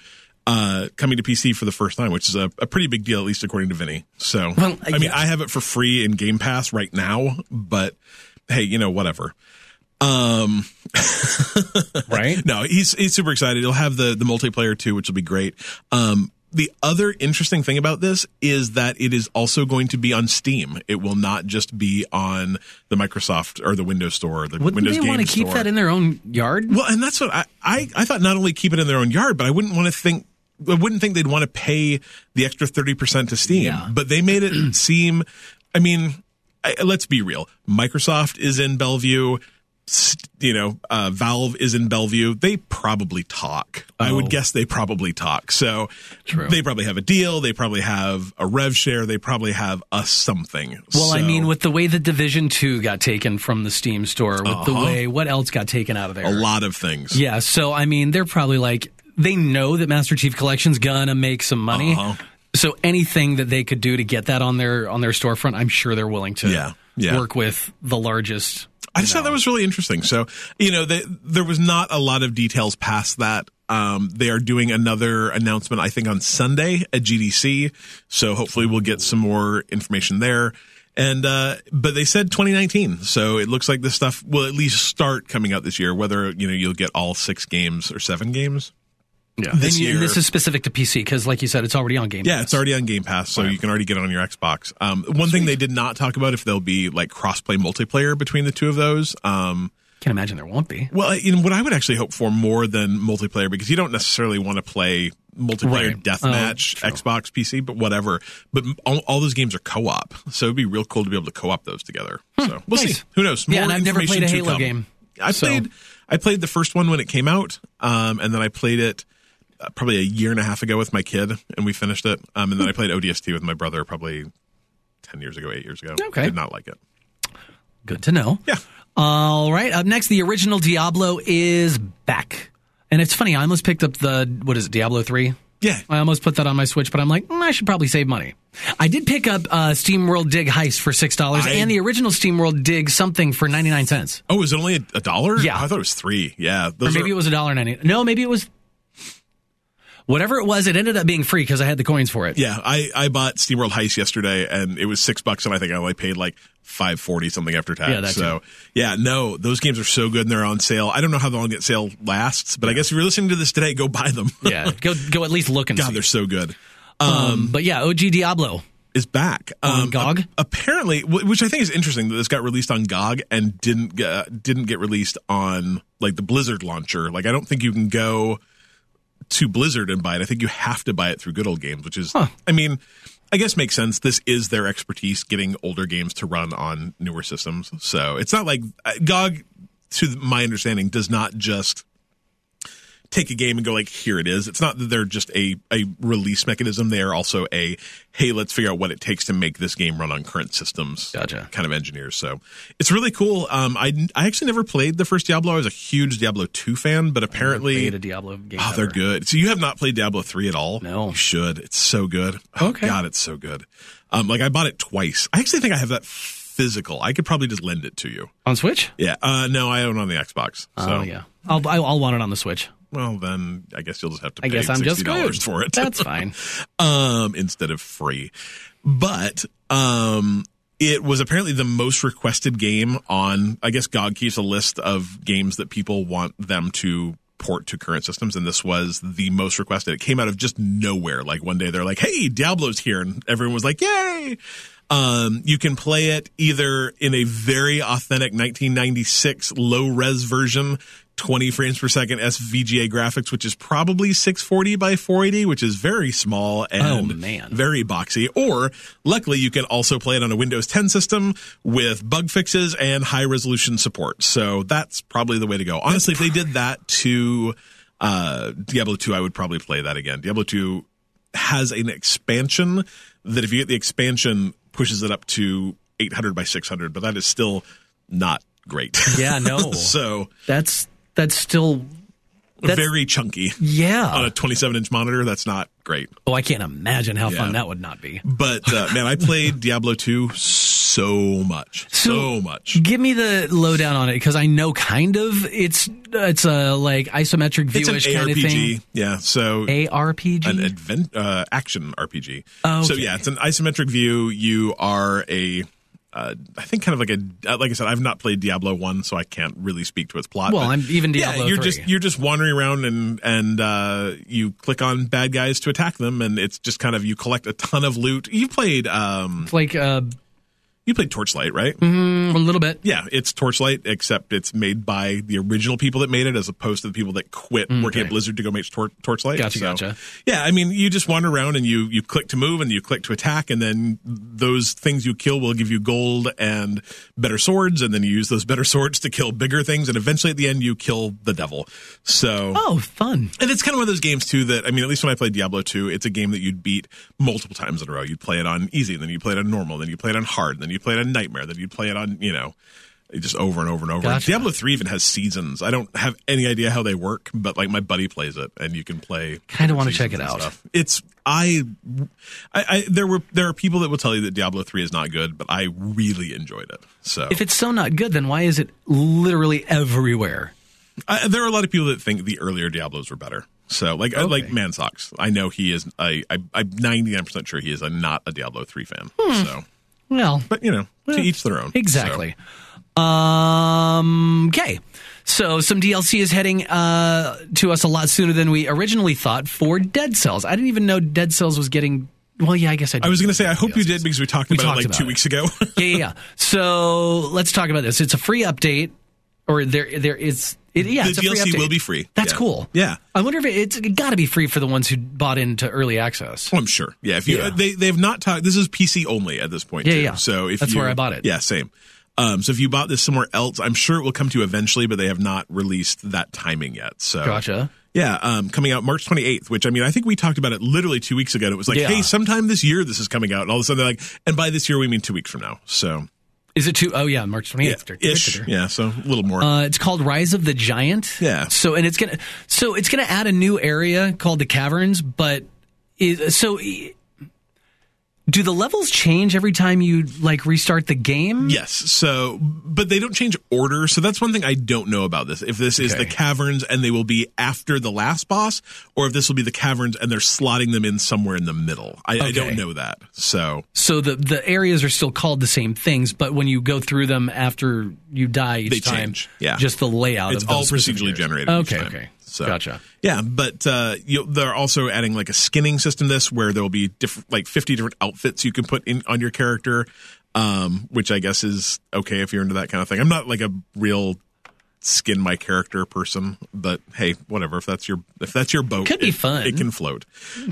A: uh, coming to PC for the first time, which is a, a pretty big deal, at least according to Vinny. So
B: Well,
A: I mean,
B: yeah.
A: I have it for free in Game Pass right now, but hey, you know, whatever. Um, [laughs]
B: Right?
A: no, he's he's super excited. He'll have the the multiplayer too, which will be great. Um, the other interesting thing about this is that it is also going to be on Steam. It will not just be on the Microsoft or the Windows Store or the
B: Wouldn't
A: Windows
B: they
A: Game
B: want to keep
A: Store.
B: that in their own yard?
A: well, and that's what I, I I thought. Not only keep it in their own yard, but I wouldn't want to think. I wouldn't think they'd want to pay the extra thirty percent to Steam.
B: Yeah.
A: But they made it [clears throat] seem. I mean, I, let's be real. Microsoft is in Bellevue. S- You know, uh, Valve is in Bellevue. They probably talk. I
B: Oh.
A: would guess they probably talk. So
B: True.
A: they probably have a deal. They probably have a rev share. They probably have a something.
B: Well, I
A: So-
B: mean, with the way that Division Two got taken from the Steam store, with the
A: Uh-huh.
B: way what else got taken out of there?
A: a lot of things.
B: Yeah, so I mean, they're probably like they know that Master Chief Collection's gonna make some money.
A: Uh-huh.
B: So anything that they could do to get that on their on their storefront, I'm sure they're willing to
A: Yeah, yeah.
B: work with the largest.
A: I just thought that was really interesting. So, you know, they, there was not a lot of details past that. Um, they are doing another announcement, I think, on Sunday at GDC. So hopefully we'll get some more information there. And, uh, but they said 2019. So it looks like this stuff will at least start coming out this year, whether, you know, you'll get all six games or seven games.
B: Yeah,
A: This
B: and, you- and
A: year-
B: this is specific to PC because, like you said, it's already on Game.
A: Yeah, it's already on Game Pass, so you can already get it on your Xbox. Um, one thing they did not talk about if there'll be like crossplay multiplayer between the two of those. Um,
B: Can't imagine there won't be.
A: Well, you know, what I would actually hope for more than multiplayer because you don't necessarily want to play multiplayer
B: Right. Oh,
A: deathmatch Xbox PC, but whatever. But m- all, all those games are co-op, so it'd be real cool to be able to co-op those together. so we'll
B: Hmm, nice.
A: see. Who knows?
B: Yeah, and I've never played
A: information
B: a
A: to
B: Halo
A: come.
B: game,
A: I
B: so-
A: played I played the first one when it came out, um, and then I played it. uh, Probably a year and a half ago with my kid, and we finished it. Um, and then I
B: Hmm.
A: played ODST with my brother probably ten years ago, eight years ago.
B: Okay.
A: did not like it.
B: Good to know.
A: Yeah,
B: All right. Up next, the original Diablo is back. And it's funny, I almost picked up the, what is it, Diablo 3?
A: yeah.
B: I almost put that on my Switch, but I'm like, mm, I should probably save money. I did pick up uh, SteamWorld Dig Heist for $6
A: I-
B: and the original SteamWorld Dig something for 99 cents.
A: Oh, is it only a, a dollar?
B: Yeah.
A: I thought it was three. Yeah,
B: Or
A: those
B: maybe
A: are-
B: it was $1.90. No, maybe it was. Whatever it was, it ended up being free because I had the coins for it.
A: Yeah, I, I bought SteamWorld Heist yesterday, and it was six bucks, and I think I only paid like five forty something after tax.
B: Yeah, that
A: so yeah, no, those games are so good and they're on sale. I don't know how long that sale lasts, but I guess if you're listening to this today, go buy them.
B: Yeah. go, go at least look and
A: [laughs] God,
B: see.
A: they're so good.
B: Um, but yeah, OG Diablo.
A: Is back Um,
B: On GOG?
A: ap- apparently, wh- which I think is interesting that this got released on GOG and didn't uh, didn't get released on like the Blizzard launcher. Like I don't think you can go to Blizzard and buy it. I think you have to buy it through Good Old Games, which is I mean. I guess makes sense. This is their expertise, getting older games to run on newer systems. So it's not like uh, GOG, to my understanding, does not just take a game and go like, here it is. It's not that they're just a, a release mechanism. They are also a, hey, let's figure out what it takes to make this game run on current systems
B: Gotcha.
A: kind of engineers. So it's really cool. Um, I, I actually never played the first Diablo. I was a huge Diablo 2 fan, but apparently.
B: Played a Diablo game.
A: Oh, they're
B: ever.
A: good. So you have not played Diablo three at all?
B: No.
A: you should. It's so good. Oh,
B: Okay.
A: God, it's so good. Um, like I bought it twice. I actually think I have that physical. I could probably just lend it to you.
B: on Switch.
A: Yeah. Uh, no, I own it on the Xbox. So,
B: Oh yeah, I'll I'll I'll want it on the Switch.
A: Well, then I guess you'll just have to.
B: I
A: pay
B: guess I'm just
A: $60
B: good
A: for it [laughs]
B: That's fine.
A: um, instead of free. But um, it was apparently the most requested game on, I guess GOG keeps a list of games that people want them to port to current systems. And this was the most requested. It came out of just nowhere. Like one day they're like, hey, Diablo's here. And everyone was like, yay. Um, you can play it either in a very authentic 1996 low res version, 20 frames per second SVGA graphics, which is probably 640 by 480, which is very small and
B: Oh, man.
A: very boxy. Or luckily, you can also play it on a Windows 10 system with bug fixes and high resolution support. So that's probably the way to go. Honestly, if they did that to uh, Diablo 2, I would probably play that again. Diablo 2 has an expansion that if you get the expansion pushes it up to 800 by 600 but that is still not great
B: Yeah, no.
A: [laughs] so
B: That's that's still That's-
A: very chunky on
B: yeah.
A: a 27 inch monitor that's not great
B: Oh, I can't imagine how
A: Yeah.
B: fun that would not be.
A: but uh, man
B: [laughs]
A: i played diablo 2 so much so,
B: So-
A: much
B: Give me the lowdown on it because I know kind of it's it's a like isometric
A: it's an
B: viewish kind of
A: arpg
B: thing.
A: yeah so
B: ARPG.
A: an advent uh, action RPG.
B: Oh,
A: So
B: okay.
A: yeah, it's an isometric view. You are a uh, I think kind of like a uh, like I said I've not played Diablo 1 so I can't really speak to its plot.
B: Well,
A: but-
B: I'm- even Diablo
A: yeah, you're
B: 3.
A: just you're just wandering around and and uh, you click on bad guys to attack them and it's just kind of you collect a ton of loot. You played um
B: It's like uh,
A: you played Torchlight, right?
B: mm, a little bit.
A: Yeah, it's Torchlight, except it's made by the original people that made it, as opposed to the people that quit working at Blizzard to go make tor- Torchlight.
B: Mm, Gotcha, gotcha.
A: Yeah, I mean, you just wander around and you you click to move and you click to attack, and then those things you kill will give you gold and better swords, and then you use those better [laughs] swords to kill bigger things, and eventually at the end you kill the devil. So
B: Oh, fun.
A: and it's kind of one of those games too that I mean, at least when I played Diablo 2, it's a game that you'd beat multiple times in a row. You'd play it on easy, and then you play it on normal, then you play it on hard, then you play it on nightmare, then you'd play it on, you know, just over and over and over.
B: Gotcha.
A: Diablo 3 even has seasons. I don't have any idea how they work, but like my buddy plays it and you can play
B: Kinda wanna
A: different
B: check it
A: seasons
B: out.
A: and stuff. It's I, I I there were there are people that will tell you that Diablo 3 is not good, but I really enjoyed it. So
B: If it's so not good, then why is it literally everywhere?
A: I, there are a lot of people that think the earlier Diablos were better. So, like, I like Mansocks, I know he is. I, I I'm 99 percent sure he is a, not a Diablo three fan. So,
B: Well,
A: but you know, to each their own.
B: Hmm. Exactly. Um, okay. So some DLC is heading uh, to us a lot sooner than we originally thought for Dead Cells. I didn't even know Dead Cells was getting. Well, yeah, I guess I. Did
A: So. I was going to say, I hope you did because we talked about
B: talked
A: it like
B: about
A: two
B: it.
A: weeks ago.
B: yeah, yeah, yeah. So let's talk about this. It's a free update, or there, there is. It, yeah,
A: The [laughs]
B: it's a free
A: DLC
B: update.
A: will be free.
B: That's
A: Yeah.
B: cool.
A: Yeah.
B: I wonder if it, it's got to be free for the ones who bought into early access.
A: Well, Oh, I'm sure. Yeah, if you
B: Yeah.
A: they they've not talked. This is PC only at this point.
B: Yeah,
A: too.
B: yeah.
A: So if
B: That's
A: you-
B: where I bought it.
A: Yeah, same. Um, so if you bought this somewhere else, I'm sure it will come to you eventually, but they have not released that timing yet. So
B: Gotcha.
A: Yeah, um, coming out March 28th, which I mean, I think we talked about it literally two weeks ago. And it was like,
B: Yeah.
A: hey, sometime this year this is coming out, and all of a sudden they're like, and by this year we mean two weeks from now. So
B: Is it too? Oh yeah, March twenty eighth.
A: ish, yeah. So a little more.
B: Uh, it's called Rise of the Giant.
A: Yeah.
B: So and it's gonna so it's gonna add a new area called the Caverns, but is, so i- do the levels change every time you like restart the game?
A: Yes. So, but they don't change order. So that's one thing I don't know about this. If this is
B: Okay.
A: the caverns and they will be after the last boss, or if this will be the caverns and they're slotting them in somewhere in the middle. I, I
B: Okay.
A: don't know that. So,
B: So the the areas are still called the same things, but when you go through them after you die each
A: They
B: time,
A: change. Yeah.
B: just the layout.
A: it's
B: of
A: all
B: those specific
A: procedurally
B: areas.
A: generated. each
B: Okay,
A: time.
B: okay,
A: So,
B: gotcha.
A: Yeah, but uh, you, they're also adding like a skinning system. to This where there will be different, like fifty different outfits you can put in on your character, um, which I guess is okay if you're into that kind of thing. I'm not like a real skin my character person, but hey, whatever. If that's your if that's your boat,
B: Could be
A: it-
B: fun.
A: It can float.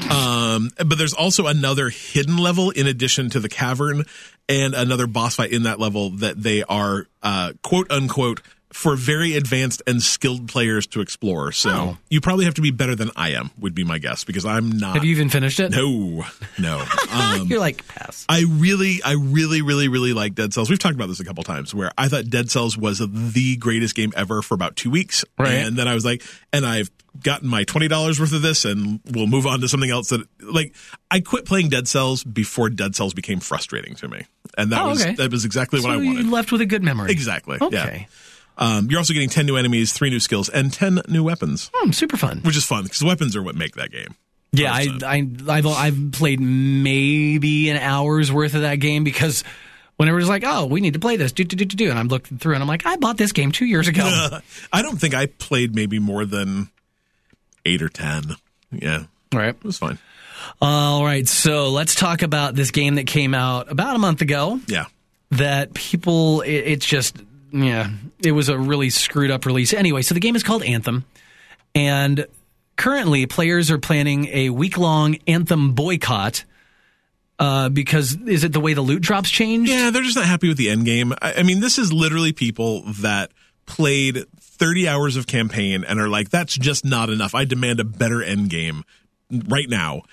A: Um, but there's also another hidden level in addition to the cavern, and another boss fight in that level that they are uh, quote unquote for very advanced and skilled players to explore. So
B: Oh.
A: you probably have to be better than I am. Would be my guess because I'm not.
B: Have you even finished it?
A: no, no. Um,
B: [laughs] You're like pass.
A: I really, I really, really, really like Dead Cells. We've talked about this a couple times where I thought Dead Cells was the greatest game ever for about two weeks.
B: Right.
A: And then I was like, and I've gotten my $20 worth of this and we'll move on to something else that, like, I quit playing Dead Cells before Dead Cells became frustrating to me. And that
B: Oh,
A: was,
B: okay.
A: that was exactly
B: So
A: what I wanted.
B: you left with a good memory.
A: exactly.
B: Okay.
A: Yeah. Um, you're also getting 10 new enemies, three new skills, and 10 new weapons,
B: Hmm, super fun.
A: which is fun because weapons are what make that game.
B: Yeah, I, I, I've I've played maybe an hour's worth of that game because whenever it's like, oh, we need to play this, do do do do do, and I'm looking through and I'm like, I bought this game two years ago.
A: [laughs] I don't think I played maybe more than eight or 10. Yeah.
B: All right,
A: It was fine.
B: all right. So let's talk about this game that came out about a month ago.
A: Yeah.
B: That people, it, it's just yeah, it was a really screwed up release. Anyway, so the game is called Anthem, and currently players are planning a week long Anthem boycott. Uh, because is it the way the loot drops changed?
A: Yeah, they're just not happy with the end game. I, I mean, this is literally people that played 30 hours of campaign and are like, that's just not enough. I demand a better end game right now.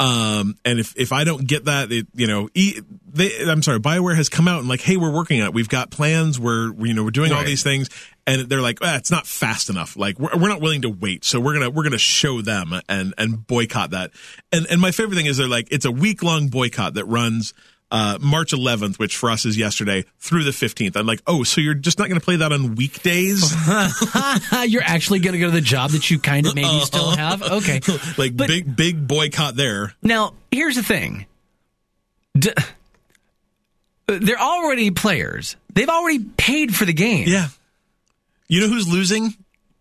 A: Um, and if, if I don't get that, it, you know, e, they, I'm sorry, Bioware has come out and like, hey, we're working on it. We've got plans. We're, you know, we're doing all
B: Right.
A: these things. And they're like, ah, it's not fast enough. Like we're, we're not willing to wait. So we're going to, we're going to show them and, and boycott that. And, and my favorite thing is they're like, it's a week long boycott that runs, uh, March 11th, which for us is yesterday, through the 15th. I'm like, oh, so you're just not going to play that on weekdays?
B: [laughs] You're actually going to go to the job that you kind of maybe still have? [laughs] Okay.
A: like big, big boycott there.
B: Now, here's the thing. D- they're already players. They've already paid for the game.
A: Yeah. You know who's losing?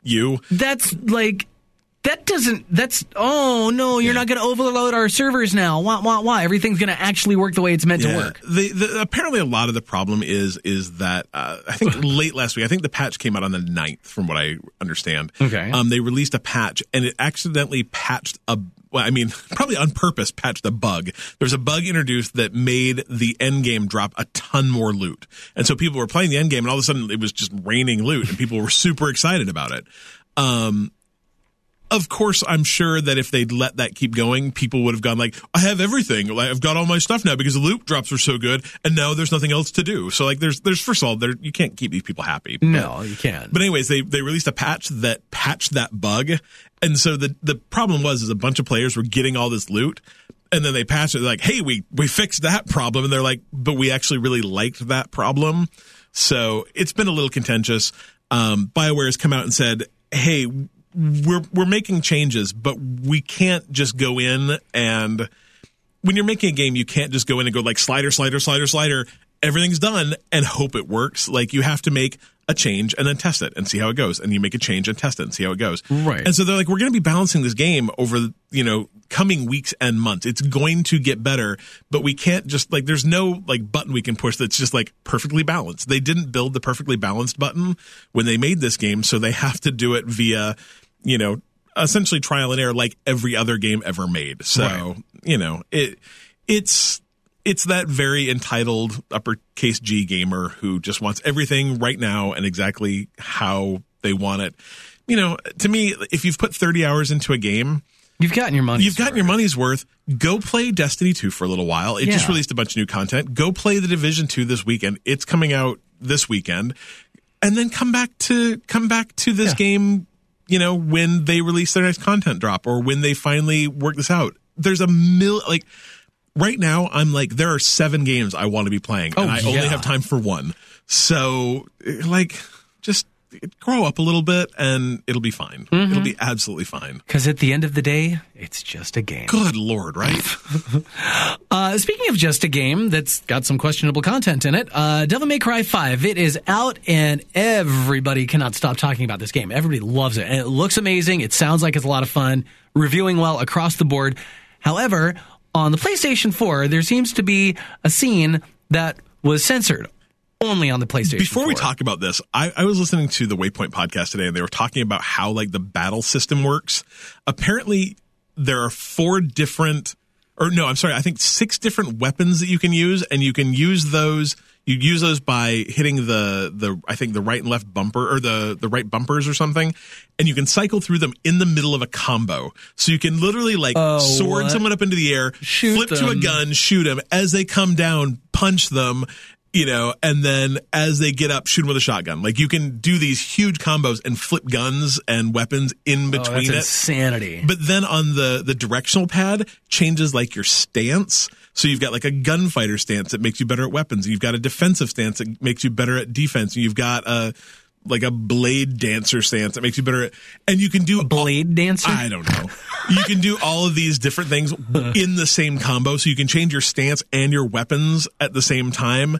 A: You.
B: That's like that doesn't that's oh no, you're not going to overload our servers now. Wah wah wah. Everything's going to actually work the way it's meant to work.
A: The, the, apparently, a lot of the problem is is that uh,
B: [laughs]
A: I think late last week, I think the patch came out on the 9th, from what I understand.
B: Okay.
A: Um, they released a patch, and it accidentally patched a. Well, I mean, [laughs] probably on purpose patched a bug. There's a bug introduced that made the end game drop a ton more loot, and so people were playing the end game, and all of a sudden it was just raining loot, and people were [laughs] super excited about it. Um, of course, I'm sure that if they'd let that keep going, people would have gone like, "I have everything. Like, I've got all my stuff now because the loot drops are so good, and now there's nothing else to do." So, like, there's, there's first of all, there you can't keep these people happy.
B: No, you can't.
A: But anyways, they they released a patch that patched that bug, and so the the problem was is a bunch of players were getting all this loot, and then they patched it like, hey, we we fixed that problem, and they're like, but we actually really liked that problem, so it's been a little contentious. Um, Bioware has come out and said, hey, we're we're making changes, but we can't just go in and when you're making a game, you can't just go in and go like slider, slider, slider, slider. Everything's done and hope it works. Like you have to make a change and then test it and see how it goes. And you make a change and test it and see how it goes.
B: Right.
A: And so they're like, we're going to be balancing this game over, you know, coming weeks and months. It's going to get better, but we can't just like, there's no like button we can push that's just like perfectly balanced. They didn't build the perfectly balanced button when they made this game. So they have to do it via, you know, essentially trial and error like every other game ever made. So, you know, it it's it's that very entitled uppercase G gamer who just wants everything right now and exactly how they want it. You know, to me, if you've put 30 hours into a game,
B: You've gotten your money.
A: you've gotten your money's worth. Go play Destiny 2 for a little while. It just
B: Yeah.
A: released a bunch of new content. Go play The Division 2 this weekend. It's coming out this weekend. And then come back to come back to this
B: Yeah.
A: game, you know, when they release their next content drop or when they finally work this out. There's a mil like right now I'm like there are 7 games I want to be playing and
B: Oh,
A: I only
B: yeah.
A: have time for one. So eh, like just grow up a little bit and it'll be fine.
B: Mm-hmm.
A: It'll be absolutely fine.
B: Because at the end of the day, it's just a game.
A: Good lord, right?
B: Uh, speaking of just a game that's got some questionable content in it, uh, Devil May Cry 5, it is out and everybody cannot stop talking about this game. Everybody loves it. And it looks amazing. It sounds like it's a lot of fun, reviewing well across the board. However, on the PlayStation 4, there seems to be a scene that was censored only on the PlayStation.
A: Before we
B: 4.
A: talk about this, I, I was listening to the Waypoint podcast today, and they were talking about how like the battle system works. Apparently, there are four different, or no, I'm sorry, I think six different weapons that you can use, and you can use those. You use those by hitting the the I think the right and left bumper or the the right bumpers or something, and you can cycle through them in the middle of a combo. So you can literally like sword
B: Oh, what?
A: someone up into the air,
B: Shoot
A: flip to a
B: them.
A: gun gun, shoot them as they come down, punch them, you know, and then as they get up, shoot them with a shotgun. Like you can do these huge combos and flip guns and weapons in
B: Oh,
A: between
B: that's
A: it.
B: insanity.
A: But then on the the directional pad changes like your stance. So you've got like a gunfighter stance that makes you better at weapons. You've got a defensive stance that makes you better at defense. You've got a like a blade dancer stance that makes you better at and you can do
B: Blade Dancer.
A: [laughs] I don't know. You can do all of these different things in the same combo, so you can change your stance and your weapons at the same time.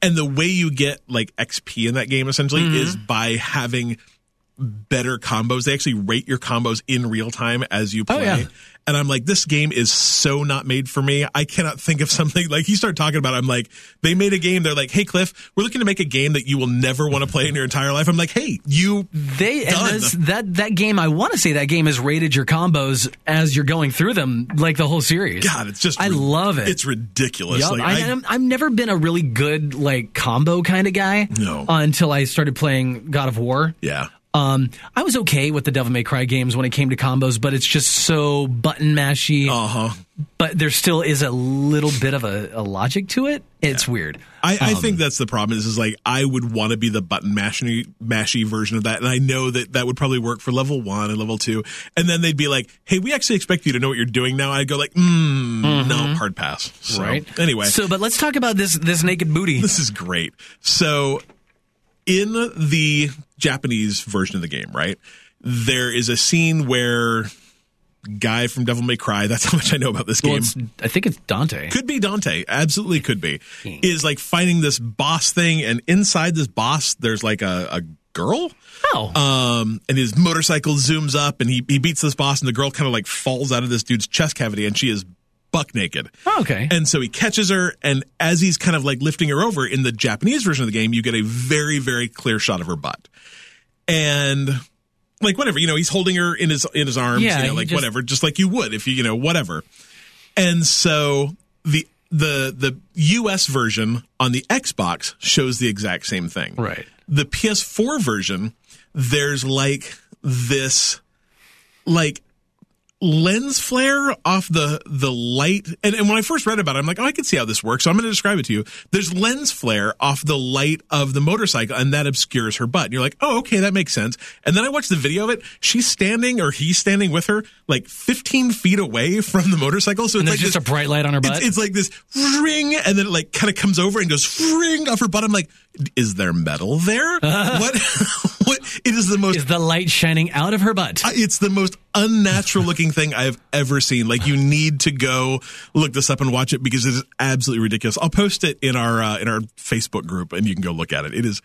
A: And the way you get like XP in that game essentially
B: Mm-hmm.
A: is by having better combos. They actually rate your combos in real time as you play.
B: Oh, yeah.
A: And I'm like, this game is so not made for me. I cannot think of something like he started talking about. it, I'm like, they made a game. They're like, hey Cliff, we're looking to make a game that you will never want to play in your entire life. I'm like, hey, you
B: they
A: Done.
B: and this, that that game. I want to say that game has rated your combos as you're going through them, like the whole series.
A: God, it's just
B: I
A: rid-
B: love it.
A: It's ridiculous.
B: Yup,
A: Like,
B: I,
A: I-
B: am, I've never been a really good like combo kind of guy.
A: No.
B: until I started playing God of War.
A: yeah.
B: Um, I was okay with the Devil May Cry games when it came to combos, but it's just so button mashy.
A: Uh huh.
B: But there still is a little bit of a, a logic to it. It's weird.
A: I,
B: Um,
A: I think that's the problem. Is is like I would want to be the button mashy mashy version of that, and I know that that would probably work for level one and level two. And then they'd be like, "Hey, we actually expect you to know what you're doing now." I'd go like, mm, "No, hard pass." So, Anyway,
B: Mm-hmm. So, but let's talk about this this naked booty.
A: this is great. So, in the Japanese version of the game, right, there is a scene where guy from Devil May Cry. [laughs] That's how much I know about this game.
B: Well, it's, I think it's Dante.
A: could be Dante. Absolutely could be. Is like finding this boss thing, and inside this boss, there's like a, a girl.
B: Oh,
A: Um, and his motorcycle zooms up, and he, he beats this boss, and the girl kind of like falls out of this dude's chest cavity, and she is buck naked.
B: Oh, okay.
A: And so he catches her, and as he's kind of like lifting her over in the Japanese version of the game, you get a very, very clear shot of her butt. And like whatever, you know, he's holding her in his in his arms,
B: Yeah,
A: you know,
B: he
A: like
B: just-
A: whatever, just like you would if you, you know, whatever. And so the the the US version on the Xbox shows the exact same thing.
B: Right.
A: The PS4 version, there's like this like lens flare off the the light and, and when i first read about it i'm like oh i can see how this works so i'm going to describe it to you there's lens flare off the light of the motorcycle and that obscures her butt and you're like oh okay that makes sense and then i watched the video of it she's standing or he's standing with her like 15 feet away from the motorcycle so it's
B: and
A: like
B: there's just
A: this-
B: a bright light on her butt.
A: it's, it's like this ring, and then it like kind of comes over and goes ring off her butt. I'm like, is there
B: [laughs]
A: metal there? what? [laughs] what? It is the most
B: is the light shining out of her butt?
A: I- it's the most unnatural looking thing I have ever seen. Like you need to go look this up and watch it because it is absolutely ridiculous. I'll post it in our uh, in our Facebook group and you can go look at it. It is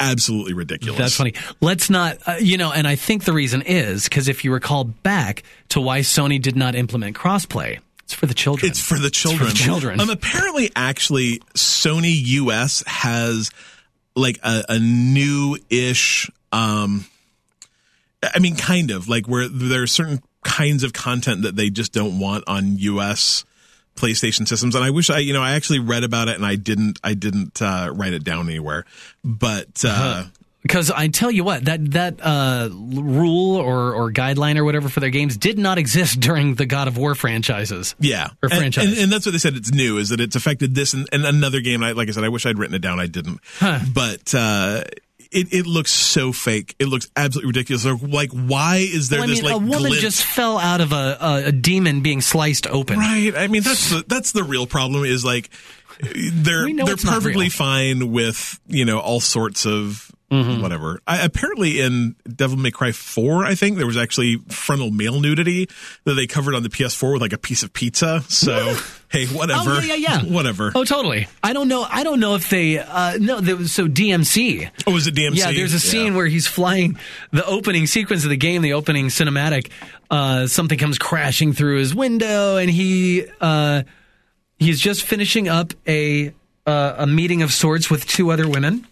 A: absolutely ridiculous.
B: That's funny. Let's not, uh, you know, and I think the reason is because if you recall back to why Sony did not implement crossplay, it's for the children.
A: It's for the children.
B: children.
A: Um, apparently, actually, Sony US has like a, a new ish. Um, I mean, kind of like where there are certain kinds of content that they just don't want on US PlayStation systems. And I wish I, you know, I actually read about it and I didn't, I didn't uh, write it down anywhere. But uh,
B: because I tell you what, that that uh, l- rule or or guideline or whatever for their games did not exist [laughs] during the God of War franchises.
A: Yeah,
B: Or
A: And-
B: franchise.
A: and, and that's what they said. It's new is that it's affected this and, and another game. And I, like I said, I wish I'd written it down. I didn't, but uh, it it looks so fake. It looks absolutely ridiculous. Like, like, why is there
B: Well, I
A: this
B: mean,
A: like
B: a woman
A: glint?
B: just fell out of a, a, a demon being sliced open.
A: Right. I mean, that's the, that's the real problem. Is like they're
B: We know
A: they're
B: it's not
A: perfectly
B: real.
A: fine with you know all sorts of
B: Mm-hmm.
A: whatever. I, apparently, in Devil May Cry Four, I think there was actually frontal male nudity that they covered on the PS4 with like a piece of pizza.
B: [laughs]
A: So hey, whatever.
B: yeah, yeah, yeah.
A: [laughs] whatever.
B: Oh, totally. I don't know. I don't know if they. Uh, no, there was, so DMC.
A: Oh, is it DMC?
B: Yeah, there's a scene where he's flying the opening sequence of the game, the opening cinematic. Uh, something comes crashing through his window, and he uh, he's just finishing up a uh, uh, a meeting of sorts with two other women,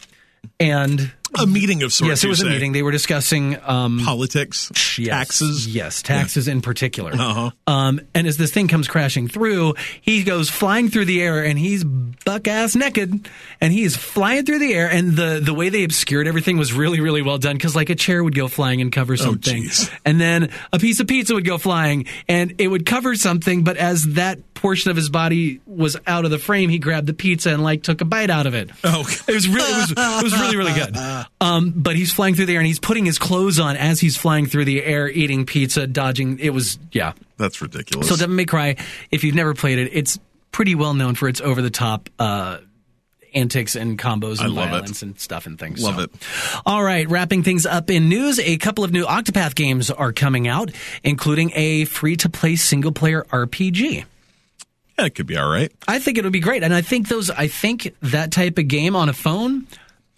B: and
A: A meeting of sorts.
B: yes, it
A: you
B: was a
A: say.
B: meeting. They were discussing um,
A: Politics,
B: yes,
A: taxes. [laughs]
B: yes, taxes in particular.
A: Uh-huh.
B: Um, and as this thing comes crashing through, he goes flying through the air, and he's buck ass naked, and he's flying through the air. And the the way they obscured everything was really really well done because like a chair would go flying and cover something,
A: jeez.
B: and then a piece of pizza would go flying and it would cover something. But as that portion of his body was out of the frame, he grabbed the pizza and like took a bite out of it.
A: Oh,
B: It was really, it was, it was really, really
A: [laughs]
B: good. Um, but he's flying through the air and he's putting his clothes on as he's flying through the air, eating pizza, dodging. It was, yeah.
A: that's ridiculous.
B: So Devil May Cry, if you've never played it, it's pretty well known for its over the top uh, antics and combos and
A: love it.
B: violence and stuff and things.
A: Love
B: So-
A: it.
B: All right, wrapping things up in news, a couple of new Octopath games are coming out, including a free to play single player RPG.
A: yeah, it could be all right.
B: I think it would be great, and I think those, I think that type of game on a phone,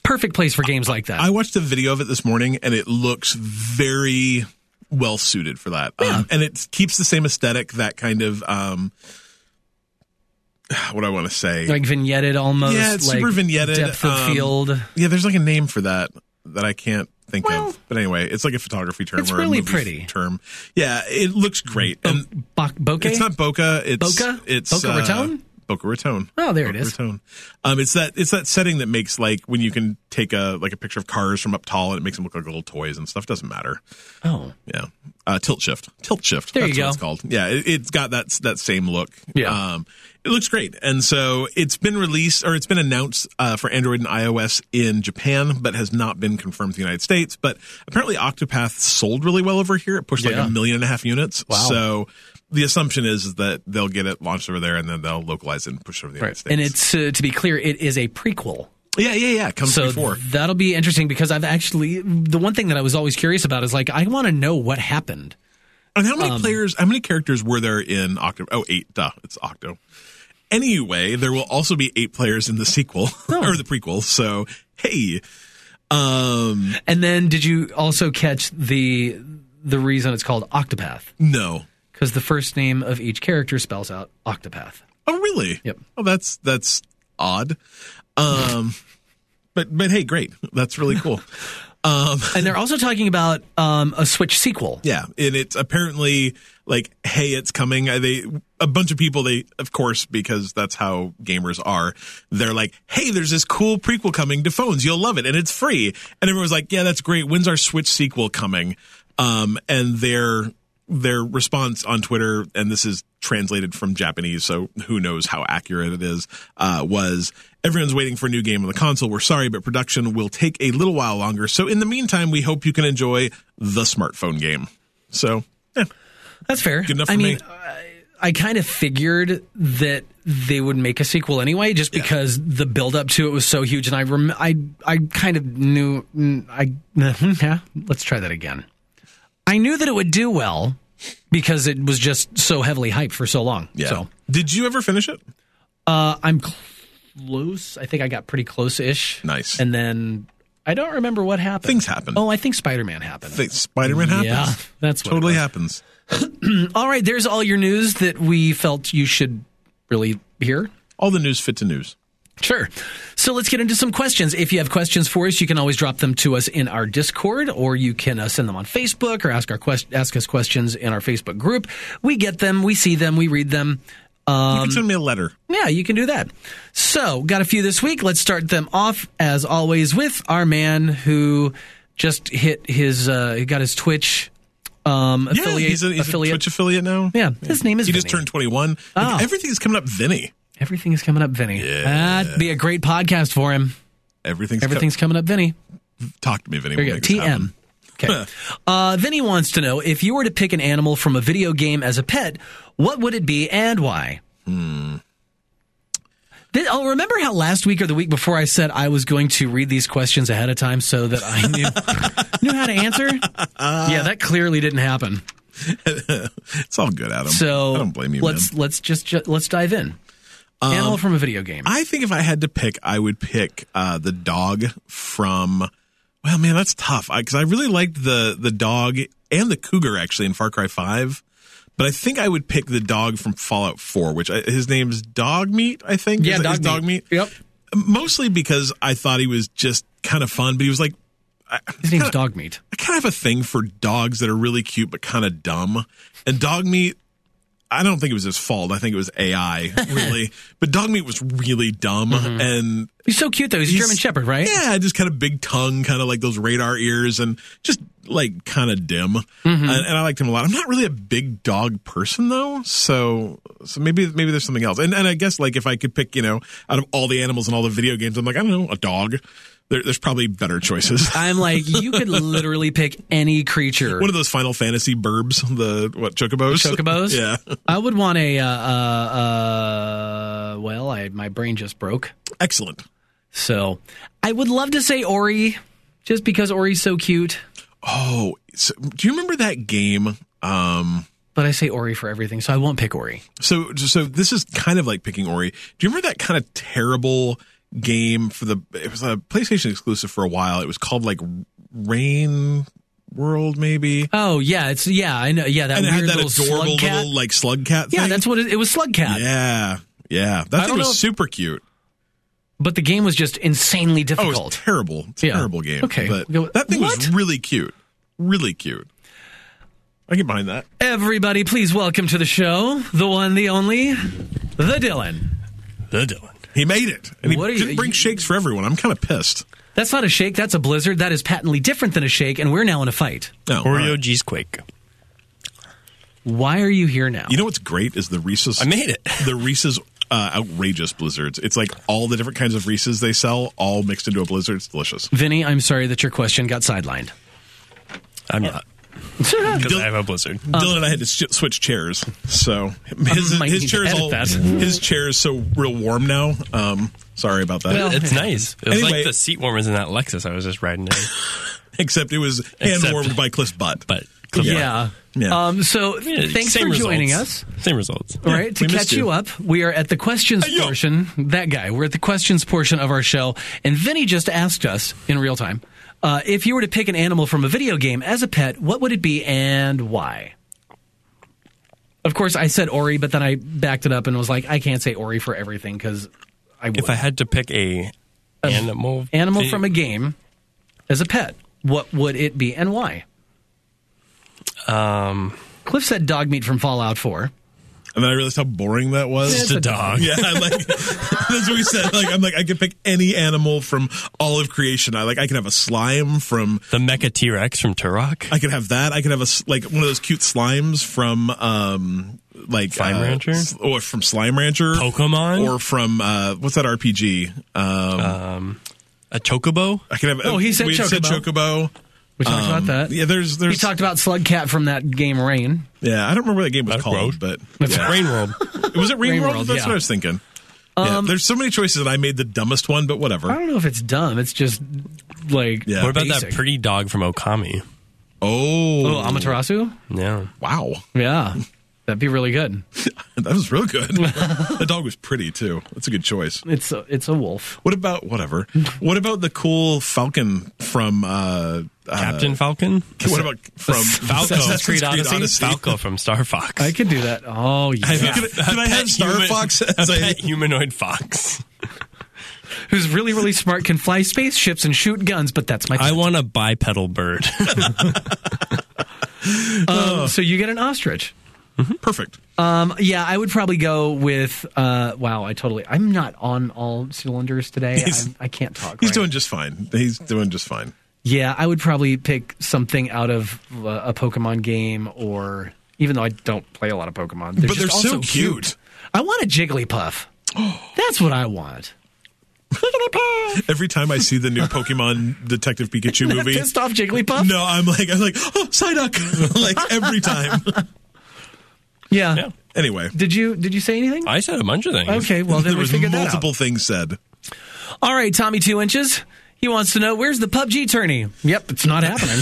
B: perfect place for games like that.
A: I watched a video of it this morning, and it looks very well suited for that. Um, and it keeps the same aesthetic, that kind of um, what do I want to say.
B: like vignetted almost.
A: yeah, it's
B: like
A: super vignetted.
B: Depth of
A: um,
B: field.
A: Yeah, there's like a name for that that I can't think
B: Well,
A: of. But anyway, it's like a photography term.
B: it's
A: or
B: really
A: a movie
B: pretty.
A: term. Yeah, it looks great. And
B: Bo- bokeh?
A: it's not Boca. It's
B: Boca?
A: It's
B: Boca
A: uh,
B: Raton?
A: Boca Raton.
B: Oh, there it
A: Boca
B: is.
A: Raton. Um, it's that it's that setting that makes like when you can take a like a picture of cars from up tall and it makes them look like little toys and stuff. Doesn't matter.
B: oh.
A: Yeah. Uh, tilt shift. Tilt shift.
B: There
A: That's
B: you
A: what
B: go.
A: it's called. Yeah, it, it's got that that same look.
B: Yeah.
A: Um, it looks great. And so it's been released or it's been announced uh, for Android and iOS in Japan, but has not been confirmed to the United States. But apparently Octopath sold really well over here. It pushed
B: Yeah.
A: like a million and a half units.
B: Wow.
A: So the assumption is that they'll get it launched over there and then they'll localize it and push it over the United States.
B: And it's, uh, to be clear, it is a prequel.
A: yeah, yeah, yeah. It comes
B: So
A: before.
B: that'll be interesting because I've actually, the one thing that I was always curious about is like, I want to know what happened.
A: And how many players, how many characters were there in Octo? Oh, eight. Duh, it's Octo. Anyway, there will also be eight players in the sequel [laughs] or the prequel. So, hey, um,
B: And then did you also catch the the reason it's called Octopath?
A: no.
B: Because the first name of each character spells out Octopath.
A: Oh, really?
B: Yep.
A: Oh, that's that's odd. Um, but but hey, great. That's really cool. Um,
B: And they're also talking about um, a Switch sequel.
A: Yeah, and it's apparently like, hey, it's coming. Uh, They a bunch of people they of course because that's how gamers are. They're like, hey, there's this cool prequel coming to phones. You'll love it, and it's free. And everyone's like, yeah, that's great. When's our Switch sequel coming? Um, and their their response on Twitter, and this is translated from Japanese, so who knows how accurate it is, uh, was everyone's waiting for a new game on the console. We're sorry, but production will take a little while longer. So in the meantime, we hope you can enjoy the smartphone game. So yeah,
B: That's fair.
A: enough
B: I
A: for
B: mean,
A: me.
B: I, I kind of figured that they would make a sequel anyway, just because the build up to it was so huge. And I, rem- I, I kind of knew. mm, I [laughs] yeah. Let's try that again. I knew that it would do well because it was just so heavily hyped for so long.
A: yeah.
B: So
A: Did you ever finish it?
B: uh, I'm close. I think I got pretty close ish.
A: Nice.
B: And then I don't remember what happened.
A: Things happen.
B: Oh, I think Spider Man happened.
A: Spider Man happens.
B: yeah, that's what it
A: totally
B: was.
A: happens.
B: All right, there's all your news that we felt you should really hear.
A: All the news fit to news.
B: Sure. So let's get into some questions. If you have questions for us, you can always drop them to us in our Discord, or you can uh, send them on Facebook, or ask our quest- ask us questions in our Facebook group. We get them, we see them, we read them.
A: You can send me a letter.
B: Yeah, you can do that. So, got a few this week. Let's start them off as always with our man who just hit his uh, he got his Twitch um,
A: Yeah,
B: affiliate
A: he's, a, he's
B: affiliate.
A: a Twitch affiliate now. Ah.
B: yeah, his name is
A: He just
B: Vinny.
A: turned 21. Like, everything's coming up Vinny.
B: Everything is coming up, Vinny. That'd be a great podcast for him.
A: Everything's,
B: Everything's coming up, Vinny.
A: talk to me, Vinny.
B: There you go.
A: We'll make this happen.
B: TM. Okay. uh, Vinny wants to know if you were to pick an animal from a video game as a pet, what would it be and why?
A: Hmm.
B: Thi- oh, remember how last week or the week before I said I was going to read these questions ahead of time so that I knew
A: [laughs]
B: knew how to answer? yeah, that clearly didn't happen.
A: [laughs] It's all good, Adam.
B: So
A: I don't blame you,
B: Let's
A: man. Um,
B: let's just ju- let's dive in. animal from a video game.
A: I think if I had to pick, I would pick uh, the dog from. Well, man, that's tough because I, really liked the the dog and the cougar actually in Far Cry Five, but I think I would pick the dog from Fallout Four, which I, his uh, name's Dog Meat. I think
B: Yeah,
A: Is- is
B: Dog Meat.
A: Dog
B: Yep.
A: Meat. mostly because I thought he was just kind of fun, but he was like, I,
B: His name's Dog Meat.
A: I kind of have a thing for dogs that are really cute but kind of dumb. And dog meat, I don't think it was his fault. I think it was AI, really. but dog meat was really dumb. And
B: He's so cute though. He's, a
A: He's-
B: German Shepherd, right?
A: yeah, just kind of big tongue, kind of like those radar ears, and just like kind of dim. And, and I liked him a lot. I'm not really a big dog person though, so so maybe maybe there's something else. And and I guess like if I could pick, you know, out of all the animals in all the video games, I'm like I don't know, a dog. There, there's probably better choices. [laughs]
B: I'm like, you could literally pick any creature.
A: One of those Final Fantasy burbs, the what chocobos?
B: Chocobos?
A: [laughs] yeah.
B: I would want a. Uh, uh, uh, well, I my brain just broke.
A: Excellent.
B: So I would love to say Ori, just because Ori's so cute.
A: Oh, so, do you remember that game? Um,
B: But I say Ori for everything, so I won't pick Ori.
A: So, so this is kind of like picking Ori. Do you remember that kind of terrible game for the? It was a PlayStation exclusive for a while. It was called like Rain World, maybe.
B: Oh yeah, it's yeah I know yeah that
A: and it
B: weird
A: had that
B: little slug
A: adorable
B: cat.
A: little like slug cat.
B: yeah,
A: thing.
B: that's what it, it was. Slug cat,
A: yeah, yeah. That
B: I
A: thing
B: don't
A: was
B: know if-
A: super cute.
B: but the game was just insanely
A: Oh,
B: difficult.
A: it was terrible,
B: Yeah.
A: terrible game.
B: Okay.
A: but
B: Go-
A: that thing
B: What?
A: was really cute, really cute. I get behind that.
B: Everybody, please welcome to the show the one, the only, the Dylan.
A: The Dylan. He made it, and he
B: What are you-
A: didn't bring
B: you-
A: shakes for everyone. I'm kind of pissed.
B: That's not a shake. That's a blizzard. That is patently different than a shake, and we're now in a fight.
A: No, all
C: Oreo
A: right.
C: G's Quake.
B: Why are you here now?
A: You know what's great is the Reese's.
C: I
B: [laughs]
C: made it.
A: The Reese's uh, outrageous blizzards. It's like all the different kinds of Reese's they sell, all mixed into a blizzard. It's delicious.
B: Vinny, I'm sorry that your question got sidelined.
C: I'm not. Because I have a blizzard.
B: Um,
A: Dylan and I had to sh- switch chairs, so his,
B: might need
A: his
B: to
A: chair is
B: edit
A: all
B: that.
A: his chair is so real warm now. Um, sorry about that.
B: Well-
C: It's nice. It was
A: Anyway-
C: like the seat warmers in that Lexus I was just riding in.
A: Except it was hand
C: Except-
A: warmed by Cliff's butt.
C: But
B: Yeah.
A: Yeah.
B: Um, so
C: Yeah,
B: thanks for
C: same results.
B: joining us.
C: Same results.
B: All right, to
A: we missed
B: catch you.
A: you.
B: up, we are at the questions
A: Hey, yo.
B: portion. That guy, we're at the questions portion of our show, and Vinny just asked us in real time uh, if you were to pick an animal from a video game as a pet, what would it be and why? Of course, I said Ori, but then I backed it up and was like, I can't say Ori for everything because I would.
C: If I had to pick a animal,
B: animal
C: video-
B: from a [laughs] game as a pet, what would it be and why?
C: um,
B: Cliff said dog meat from Fallout 4.
A: and then I realized how boring that was.
C: just a
A: [laughs]
C: dog.
A: Yeah, I like [laughs] that's what we said. Like I'm like I could pick any animal from all of creation. I like I can have a slime from
C: [laughs] The Mecha T Rex from Turok.
A: I could have that. I could have a s- like one of those cute slimes from um like
C: Slime Rancher?
A: s- or from Slime Rancher,
C: Pokemon?
A: or from uh what's that RPG? Um,
C: A Chocobo.
A: I could have.
B: Oh, he said
A: we Said
B: Chocobo.
A: Chocobo.
B: We talked about that.
A: um, Yeah, there's
B: We
A: there's
B: talked about Slug Cat from that game Rain.
A: yeah. I don't remember what that game was
C: That's
A: called,
C: gross.
A: but
C: That's
A: yeah.
C: Rain World.
A: was it Rain
B: Rain
A: World?
B: World,
A: That's
B: yeah. Um,
A: what I was thinking. yeah, there's so many choices, and I made the dumbest one,
B: I
A: but whatever.
B: don't know if it's dumb. It's just like
A: Yeah.
C: What about
B: basic.
C: that pretty dog from Okami?
A: Oh,
B: oh Amaterasu.
C: Yeah.
A: wow, [laughs]
B: Yeah, that'd be really good.
A: that was real good. the dog was pretty too. That's a good choice.
B: It's a, it's a wolf.
A: What about whatever? What about the cool Falcon from? uh, uh
C: Captain Falcon.
A: What about from
C: Falco?
A: Assassin's Creed [laughs] Odyssey?
C: Falco from Star Fox.
B: I could do that. Oh yeah.
C: Yeah.
A: Could I- could I
C: [laughs] A
A: have
C: pet
A: Star Fox
C: A
A: as a-
C: pet humanoid fox.
B: Who's really really smart can fly spaceships and shoot guns, but that's my.
C: I want a bipedal bird.
B: Um, so you get an ostrich.
A: Perfect.
B: Um, yeah, I would probably go with. Uh, wow, I totally. I'm not on all cylinders today.
A: He's-
B: I'm, I can't talk.
A: He's
B: right?
A: doing just fine. He's doing just fine.
B: Yeah, I would probably pick something out of uh, a Pokemon game, or even though I don't play a lot of Pokemon, they're
A: But
B: just
A: they're so
B: also
A: cute.
B: I want a
A: [gasps]
B: Jigglypuff. That's what I want. Jigglypuff.
A: Every time I see the new Pokemon Detective Pikachu movie,
B: Pissed off Jigglypuff.
A: no, I'm like, I'm like, oh, Psyduck, [laughs] like every time.
B: Yeah.
C: [laughs] Yeah.
A: Anyway,
B: Did you did you say anything?
C: I said a bunch of things.
B: okay. Well, then
A: [laughs] there
B: we
A: was
B: figured
A: multiple things said.
B: that out. All right, Tommy, two inches. He wants to know where's the PUBG tourney. Yep, it's not
A: [laughs]
B: happening.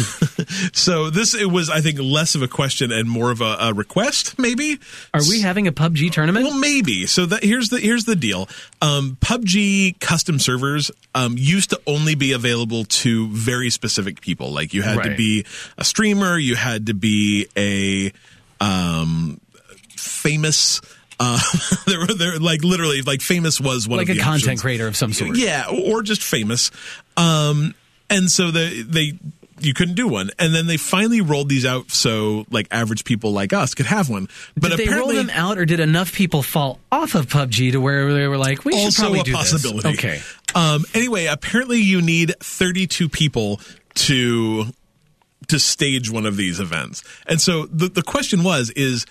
A: So this it was, I think, less of a question and more of a, a request, maybe.
B: Are we having a PUBG tournament?
A: Well, maybe. So that here's the here's the deal. Um, PUBG custom servers um, used to only be available to very specific people. Like you had to
B: Right.
A: be a streamer, you had to be a um, famous Uh, [laughs] there were there like literally like famous was one
B: like
A: of
B: a
A: the
B: content
A: options.
B: creator of some sort.
A: Yeah, or just famous. Um, and so the, they you couldn't do one, and then they finally rolled these out so like average people like us could have one. But
B: did they roll
A: apparently,
B: them out, or did enough people fall off of PUBG to where they were like, "We should
A: also
B: probably
A: a
B: do this"?
A: possibility.
B: Okay,
A: Um, anyway, apparently you need 32 people to to stage one of these events, and so the the question was: is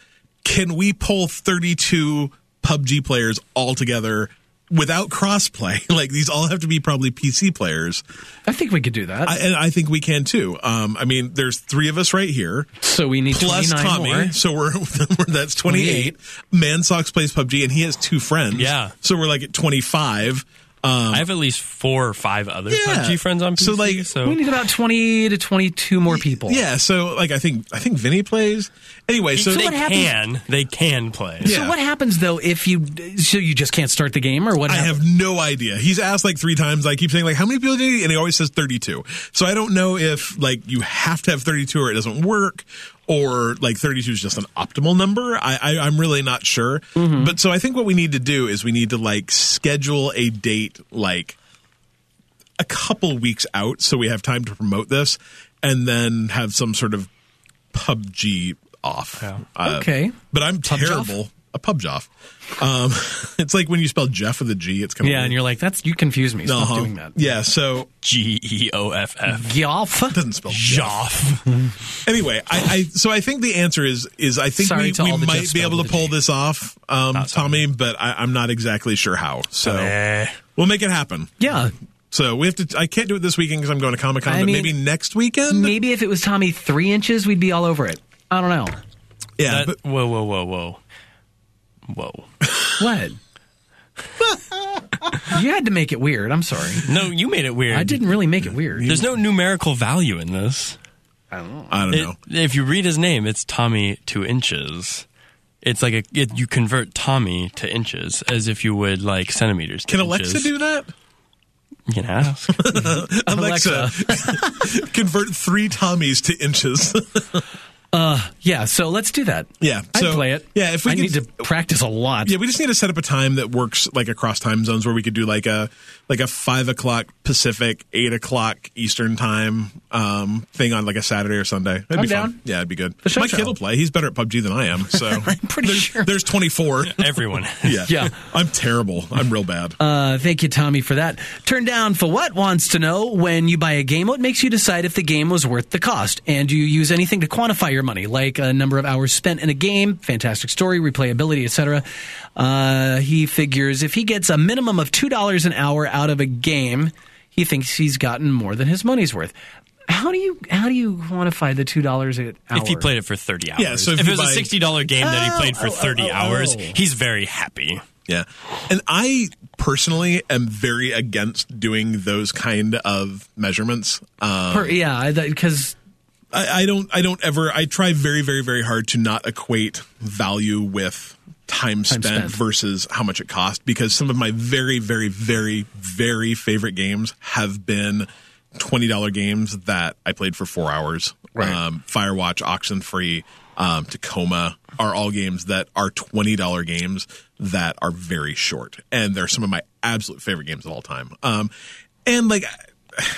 A: can we pull 32 PUBG players all together? Without crossplay, [laughs] like these all have to be probably PC players,
B: I think we could do that.
A: I, and I think we can too. Um, I mean, there's three of us right here
B: so we need
A: plus
B: 29
A: Tommy,
B: more.
A: so we're [laughs] that's 28. Man Sox plays PUBG, and he has two friends.
C: Yeah.
A: so we're like at 25. Um,
C: I have at least four or five other
A: Yeah.
C: PUBG friends on PC.
A: So,
C: So,
A: like,
B: We need about 20 to 22 more people.
A: yeah, so like I think I think Vinny plays anyway. So,
C: they
B: what happens-
C: can they can play.
A: Yeah.
B: So what happens though if you so you just can't start the game or what?
A: I
B: happens?
A: have no idea. He's asked like three times. I keep saying like how many people do you need, and he always says 32. So I don't know if like you have to have 32 or it doesn't work. Or like 32 is just an optimal number. I, I I'm really not sure.
B: Mm-hmm.
A: But so I think what we need to do is we need to like schedule a date like a couple weeks out so we have time to promote this and then have some sort of PUBG off. Uh,
B: Okay.
A: But I'm
B: off?
A: terrible. A pub off. Um, [laughs] it's like when you spell Jeff with a G, it's kind of
B: yeah, and you're like that's you confuse me. Stop
A: uh-huh.
B: doing that.
A: Yeah, so
C: G E O F F.
B: Yoff.
A: doesn't spell Jeff.
C: Joff.
A: Anyway, I, I so I think the answer is is I think
B: Sorry
A: we,
B: to all
A: we
B: the
A: might
B: Jeffs
A: be
B: spelled
A: able to
B: with a
A: pull
B: G.
A: this off, um, Tommy, but I, I'm not exactly sure how. So
C: Eh.
A: we'll make it happen.
B: Yeah.
A: So we have to. I can't do it this weekend because I'm going to Comic Con,
B: I
A: but
B: mean-
A: maybe next weekend.
B: Maybe if it was Tommy three inches, we'd be all over it. I don't know.
A: yeah,
C: That-
A: but
C: whoa, whoa, whoa, whoa. Whoa.
A: [laughs]
B: What? you had to make it weird. I'm sorry.
C: No, you made it weird.
B: I didn't really make it weird.
C: There's no numerical value in this.
A: I don't
C: It-
A: know.
C: if you read his name, it's Tommy two inches. It's like a it, you convert Tommy to inches as if you would like centimeters. To
A: Can Alexa
C: inches.
A: do that?
C: You
A: [laughs]
C: can ask.
A: Alexa,
B: [laughs]
A: [laughs] convert three Tommies to inches.
B: Yeah, so let's do that.
A: Yeah,
B: I'd
A: so-
B: play it.
A: yeah, if we
B: I
A: could-
B: need to practice a lot.
A: yeah, we just need to set up a time that works like across time zones where we could do like a like a five o'clock Pacific, eight o'clock Eastern time um, thing on like a Saturday or Sunday. That'd
B: I'm
A: be
B: down.
A: fun. Yeah, it'd be good.
B: The show
A: My
B: show.
A: kid will play. He's better at PUBG than I
B: [laughs]
A: am. So I'm
B: pretty
A: there's,
B: sure.
A: there's 24.
C: Everyone.
A: [laughs] Yeah.
B: Yeah.
A: I'm terrible. I'm real bad.
B: Uh, thank you, Tommy, for that. Turn down for what wants to know when you buy a game, what makes you decide if the game was worth the cost? And do you use anything to quantify your money, like a number of hours spent in a game, fantastic story, replayability, etc.? Uh, he figures if he gets a minimum of $2 an hour out of a game, he thinks he's gotten more than his money's worth. How do you how do you quantify the two dollars an hour?
C: If he played it for 30 hours.
A: Yeah, so if
C: if,
A: you
C: it was
A: buy-
C: a $60 game that
B: Oh,
C: he played for
B: oh,
C: 30
B: oh, oh,
C: hours,
B: oh.
C: he's very happy.
A: Yeah. And I personally am very against doing those kind of measurements. Um,
B: Per- yeah, because
A: I, I don't I don't ever I try very very very hard to not equate value with time spent,
B: spent.
A: versus how much it cost because some of my very very very very favorite games have been twenty dollar games that I played for four hours.
B: Right.
A: Um, Firewatch, Oxen Free, um, Tacoma are all games that are twenty dollar games that are very short and they're some of my absolute favorite games of all time. Um, and like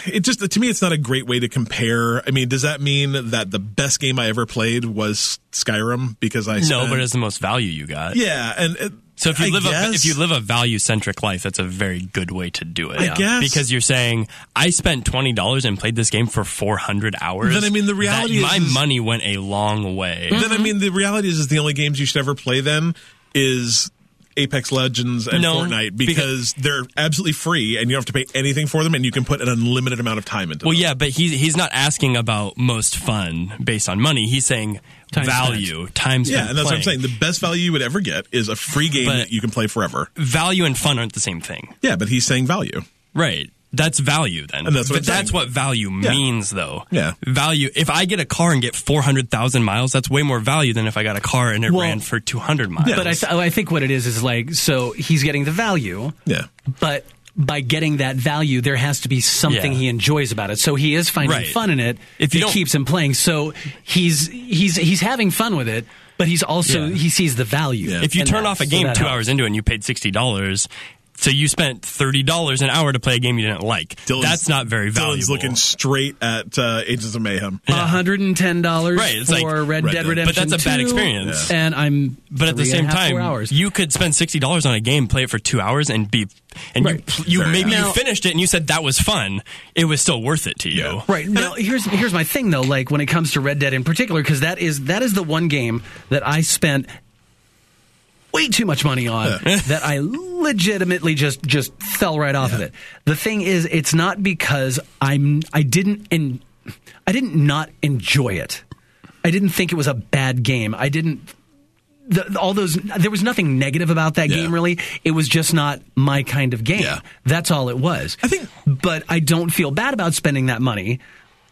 A: it just to me it's not a great way to compare i mean does that mean that the best game i ever played was skyrim because i
C: No,
A: spent-
C: but it's the most value you got.
A: yeah and it,
C: So if you
A: I
C: live a,
A: guess-
C: if you live a value centric life, that's a very good way to do it.
A: I guess.
C: because you're saying I spent twenty dollars and played this game for four hundred hours.
A: Then, I mean, the
C: That-
A: reality is-
C: my
A: is-
C: money went a long way.
A: then i mean the reality is, is the only games you should ever play then is apex legends and
C: No,
A: fortnite because
C: because-
A: they're absolutely free and you don't have to pay anything for them and you can put an unlimited amount of time into
C: Well,
A: them
C: yeah, but he he's not asking about most fun based on money. He's saying
B: Time
C: value, time spent.
A: yeah and that's what i'm saying
C: playing.
A: the best value you would ever get is a free game
C: But-
A: that you can play forever
C: value and fun aren't the same thing,
A: yeah but he's saying value
C: right? That's value then.
A: And that's what
C: but
A: I'm
C: that's
A: saying.
C: what value means, though.
A: Yeah.
C: value. If I get a car and get four hundred thousand miles, that's way more value than if I got a car and it
B: Well,
C: ran for two hundred miles.
B: but I, th- I think what it is is like so he's getting the value.
A: yeah
B: but by getting that value, there has to be something
C: Yeah.
B: he enjoys about it. So he is finding
C: Right.
B: fun in it.
C: If you
B: it
C: don't-
B: keeps him playing, so he's he's he's having fun with it. but he's also
C: Yeah.
B: he sees the value.
A: Yeah.
C: If you
B: in
C: turn
B: that,
C: off a
B: so
C: game
B: that
C: two
B: helps.
C: hours into it and you paid sixty dollars, so you spent thirty dollars an hour to play a game you didn't like.
A: Dylan's-
C: That's not very valuable.
A: Dylan's looking straight at uh, Agents of Mayhem.
B: hundred and ten dollars
C: Right, it's
B: for
C: like-
B: Red
A: Right,
B: Dead
A: but
B: Redemption.
C: that's a bad
B: 2,
C: experience.
B: and I'm.
C: but at the
B: three and
C: same
B: a half, four
C: time,
B: hours.
C: you could spend sixty dollars on a game, play it for two hours, and be and
B: Right.
C: you you
A: Fair
C: maybe
A: enough.
C: you finished it and you said that was fun. It was still worth it to you.
A: Yeah.
B: Right. Now, here's here's my thing though. Like when it comes to Red Dead in particular, because that is that is the one game that I spent way too much money on [laughs] that I legitimately just just fell right off of it. The thing is, it's not because I'm I didn't en- I didn't not enjoy it. I didn't think it was a bad game. I didn't. The, all those there was nothing negative about that
A: Yeah.
B: game really it was just not my kind of game
A: Yeah.
B: that's all it was
A: I think-
B: but I don't feel bad about spending that money,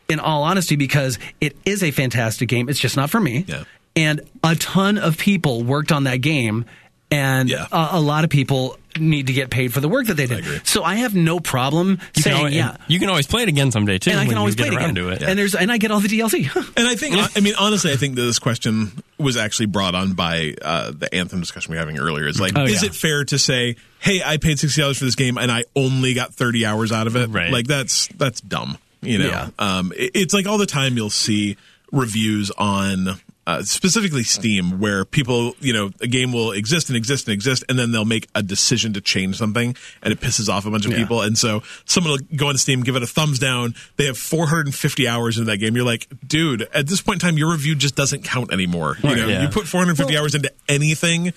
B: in all honesty, because it is a fantastic game. It's just not for me.
A: Yeah.
B: And a ton of people worked on that game, and
A: Yeah.
B: a, a lot of people need to get paid for the work that they did.
A: agree.
B: so I have no problem
C: You can,
B: saying
C: always,
B: yeah.
C: you can always play it again someday too.
B: And I
C: when
B: can
C: you
B: always
C: get
B: play it again.
C: around to it.
B: And there's and I get all the [laughs] DLC.
A: And I think, I mean, honestly, I think that this question was actually brought on by uh, the anthem discussion we were having earlier. It's like,
B: Oh,
A: is
B: yeah.
A: it fair to say, "Hey, I paid sixty dollars for this game and I only got thirty hours out of it"?
C: Right.
A: Like that's that's dumb. You know,
B: Yeah.
A: um, it- it's like all the time you'll see reviews on. Uh, specifically steam where people you know a game will exist and exist and exist and then they'll make a decision to change something and it pisses off a bunch of
B: Yeah.
A: people and so someone will go on steam give it a thumbs down they have 450 hours into that game you're like dude at this point in time your review just doesn't count anymore you
C: Right,
A: know
C: yeah.
A: you put 450 hours into anything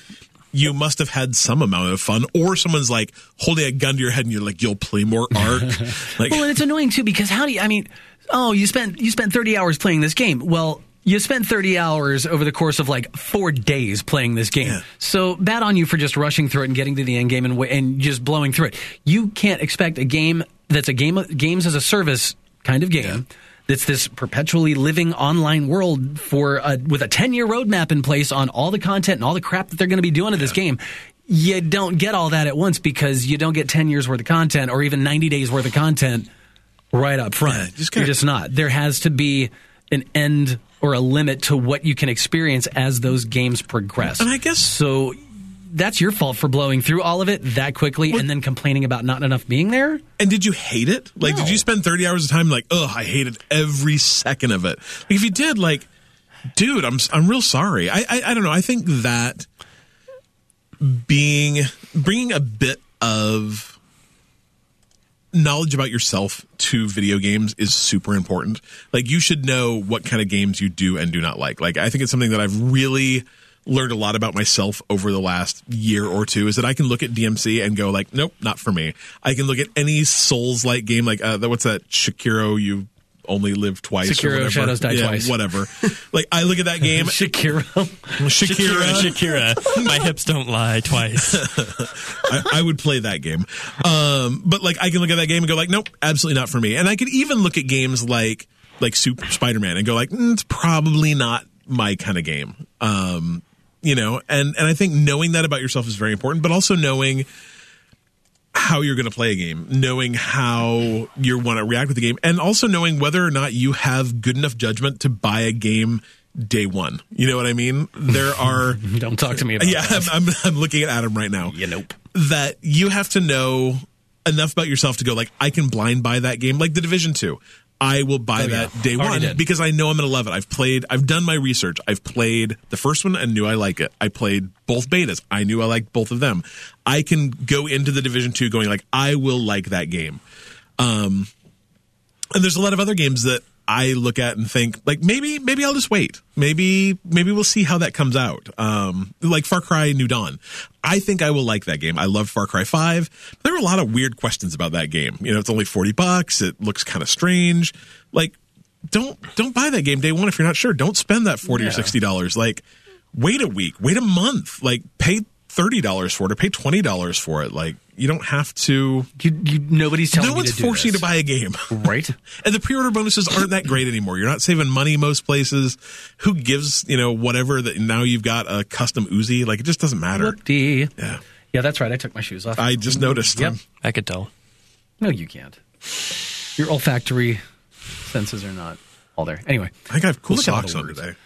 A: you must have had some amount of fun or someone's like holding a gun to your head and you're like you'll
B: [laughs]
A: play more arc like
B: Well, and it's annoying too because how do you? I mean, oh, you spent you spent thirty hours playing this game. Well, you spent thirty hours over the course of like four days playing this game.
A: Yeah.
B: So bad on you for just rushing through it and getting to the end game and wa- and just blowing through it. You can't expect a game that's a game games as a service kind of game. That's this perpetually living online world for a, with a ten year roadmap in place on all the content and all the crap that they're going to be doing to this game. You don't get all that at once because you don't get ten years worth of content or even ninety days worth of content right up front.
A: Yeah, just
B: You're
A: kinda-
B: just not. There has to be an end or a limit to what you can experience as those games progress.
A: and i guess
B: so that's your fault for blowing through all of it that quickly and then complaining about not enough being there.
A: And did you hate it? Like,
B: No.
A: did you spend 30 hours of time like, ugh, I hated every second of it? Like, if you did, like, dude, I'm I'm real sorry. I I, I don't know. I think that being bringing a bit of knowledge about yourself to video games is super important. Like you should know what kind of games you do and do not like. Like I think it's something that I've really learned a lot about myself over the last year or two is that I can look at DMC and go like, nope, not for me. I can look at any Souls like game like uh, what's that Shakiro you only live twice
B: Sekiro,
A: or whatever.
B: Shadows Die
A: yeah,
B: Twice.
A: whatever. like I look
B: [laughs]
A: at that game
B: Shakira.
A: Shakira,
C: Shakira, [laughs] Shakira. My hips don't lie twice.
A: I, I would play that game. Um, but like I can look at that game and go like, nope, absolutely not for me. And I could even look at games like like Super Spider Man and go like, mm, it's probably not my kind of game. Um, you know, and and I think knowing that about yourself is very important, but also knowing how you're going to play a game, knowing how you want to react with the game, and also knowing whether or not you have good enough judgment to buy a game day one. You know what I mean? There
B: [laughs]
A: are [laughs]
B: Don't talk to me about
A: yeah,
B: that.
A: I'm, I'm, I'm looking at Adam right now.
B: Yeah, nope.
A: That you have to know enough about yourself to go like I can blind buy that game, like The Division Two. I will buy that day
B: Oh, Already
A: one
B: did.
A: because I know I'm going to love it. I've played, I've done my research. I've played the first one and knew I like it. I played both betas. I knew I liked both of them. I can go into the Division Two going like I will like that game. Um, and there's a lot of other games that I look at and think like maybe maybe I'll just wait. Maybe maybe we'll see how that comes out. Um, like Far Cry New Dawn, I think I will like that game. I love Far Cry Five. But there were a lot of weird questions about that game. You know, it's only forty bucks. It looks kind of strange. Like, don't don't buy that game day one if you're not sure. Don't spend that forty or sixty dollars. Like, wait a week, wait a month. Like, pay thirty dollars for it or pay twenty dollars for it. Like, you don't have to.
B: You, you, nobody's telling
A: No
B: you
A: one's
B: to do
A: forcing you to
B: this.
A: buy a game. [laughs]
B: Right?
A: And the pre-order bonuses aren't that great anymore. You're not saving money most places. Who gives, you know, whatever that now you've got a custom Uzi? Like it just doesn't matter.
B: Whoop-dee.
A: Yeah.
B: Yeah, that's right. I took my shoes off.
A: I just noticed.
B: Yep.
A: um,
C: I could tell.
B: no, you can't. Your olfactory senses are not all there. Anyway.
A: I think I have cool
B: We'll solve
A: socks
B: the
A: on
B: words.
A: today.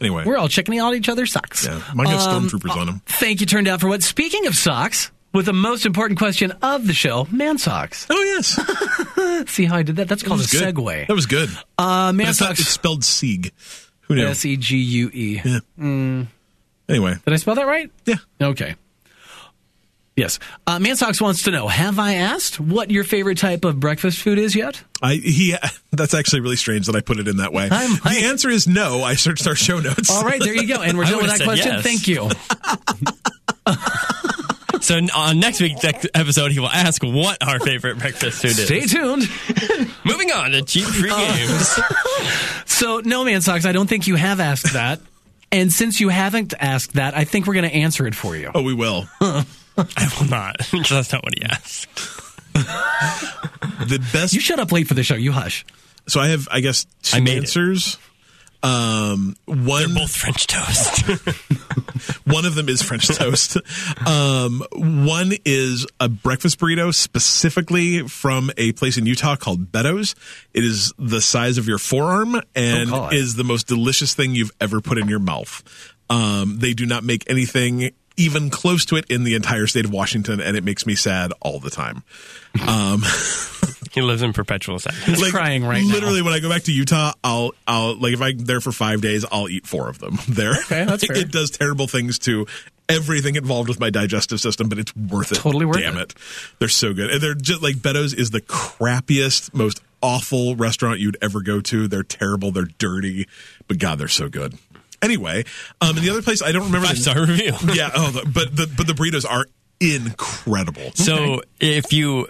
A: Anyway,
B: Uh, We're all Um, uh, checking out each other's socks.
A: yeah, mine have stormtroopers on them.
B: Thank you, Turned Out, for what? Speaking of socks, with the most important question of the show, man socks. [laughs]
A: Oh yes, that
B: See how I did that? That's called a
A: was good.
B: segue.
A: That was good.
B: Uh, man
A: it's, not- it's
B: socks.
A: spelled Sieg. Who knows?
B: S E G U E.
A: Anyway,
B: Did I spell that right?
A: yeah.
B: Okay. Yes. Uh, Mansox wants to know Have I asked what your favorite type of breakfast food is yet?
A: I he [laughs] that's actually really strange that I put it in that way.
B: I might-
A: the answer is no. I searched our show notes.
B: All right, there you go. And we're done with
C: would've
B: that
C: said
B: question.
C: yes.
B: Thank you.
C: So n- on next week's ex- episode, he will ask what our favorite breakfast food is.
B: Stay tuned.
C: Moving on to cheap free
B: Uh. [laughs]
C: games.
B: So, no, Mansox, I don't think you have asked that. And since you haven't asked that, I think we're going to answer it for you.
A: [laughs] Oh, we will.
C: I will not. [laughs] 'cause That's not what he asked.
A: The best.
B: You shut up late for the show. You hush.
A: so I have, I guess, two
C: I made it.
A: answers. Um, one
C: Both French toast.
A: one of them is French toast. Um, one is a breakfast burrito specifically from a place in Utah called Beddoes. It is the size of your forearm and
B: Oh, God.
A: is the most delicious thing you've ever put in your mouth. Um, they do not make anything even close to it in the entire state of Washington, and it makes me sad all the time.
C: [laughs] he lives in perpetual sadness.
B: He's crying right now.
A: literally when I go back to Utah, I'll I'll like if I'm there for five days, I'll eat four of them [laughs] there.
B: Okay, that's fair.
A: It does terrible things to everything involved with my digestive system, but it's worth it.
B: Totally worth
A: Damn
B: it.
A: it. They're so good. And they're just like Beddoes is the crappiest, most awful restaurant you'd ever go to. They're terrible, they're dirty, but God, they're so good. Anyway, um, and the other place I don't remember.
C: Five
A: the-
C: star review.
A: Yeah, oh, the, but the but the burritos are incredible.
C: So if you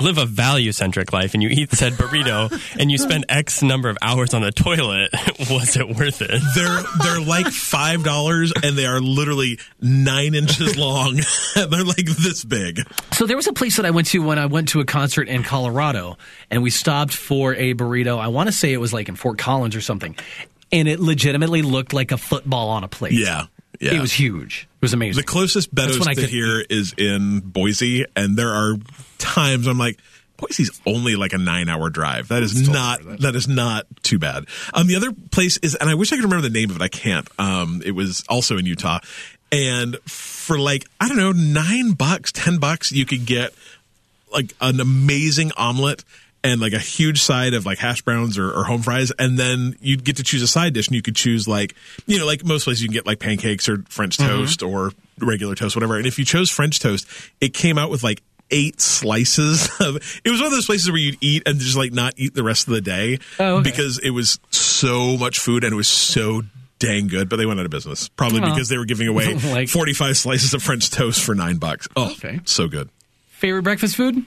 C: live a value centric life and you eat said [laughs] burrito and you spend X number of hours on the toilet, [laughs] was it worth it?
A: They're they're like five dollars, and they are literally nine inches long. [laughs] they're like this big.
B: So there was a place that I went to when I went to a concert in Colorado, and we stopped for a burrito. I want to say it was like in Fort Collins or something, and it legitimately looked like a football on a plate.
A: Yeah, yeah.
B: it was huge. It was amazing.
A: the closest Beddoes
B: when I
A: to
B: could
A: here is in Boise, and there are times I'm like. Boise's only like a nine-hour drive. That is not that is not too bad. Um, the other place is, and I wish I could remember the name of it. I can't. Um, it was also in Utah, and for like I don't know nine bucks, ten bucks, you could get like an amazing omelet and like a huge side of like hash browns or, or home fries and then you'd get to choose a side dish and you could choose like you know like most places you can get like pancakes or french
B: Mm-hmm.
A: toast or regular toast whatever and if you chose french toast it came out with like eight slices [laughs] of it was one of those places where you'd eat and just like not eat the rest of the day
B: Oh, okay.
A: because it was so much food and it was so dang good but they went out of business probably because they
B: [laughs]
A: were giving away
B: Like-
A: 45 slices of french toast for nine bucks oh
B: Okay.
A: so good
B: Favorite breakfast food?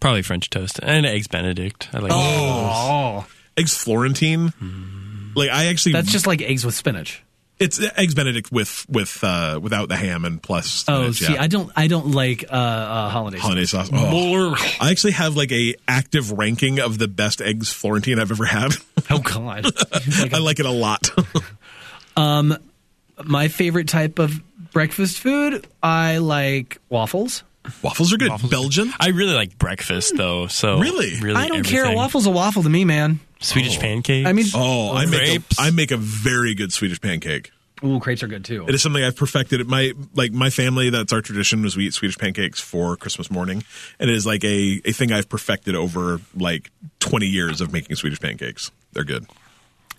C: Probably French toast and eggs Benedict. I like
B: Oh,
A: eggs Florentine. Like I actually,
B: that's just like eggs with spinach.
A: it's eggs Benedict with with uh, without the ham and plus
B: Oh,
A: spinach,
B: see,
A: yeah.
B: I don't, I don't like uh, uh, holiday.
A: holiday sauce. Oh. I actually have like a active ranking of the best eggs Florentine I've ever had.
B: Oh
A: [laughs]
B: God,
A: I like it a lot. [laughs]
B: my favorite type of breakfast food. I like waffles.
A: Waffles are good. Belgian.
C: I really like breakfast though. So
A: Really?
C: really
B: I don't care. A
C: everything.
B: waffle's a waffle to me, man.
C: Swedish pancakes.
B: I mean,
A: Oh, I make a,
C: Grapes.
A: I make a very good Swedish pancake.
B: ooh, crepes are good too.
A: It is something I've perfected. It my like my family. That's our tradition. Was we eat Swedish pancakes for Christmas morning, and it is like a a thing I've perfected over like twenty years of making Swedish pancakes. They're good.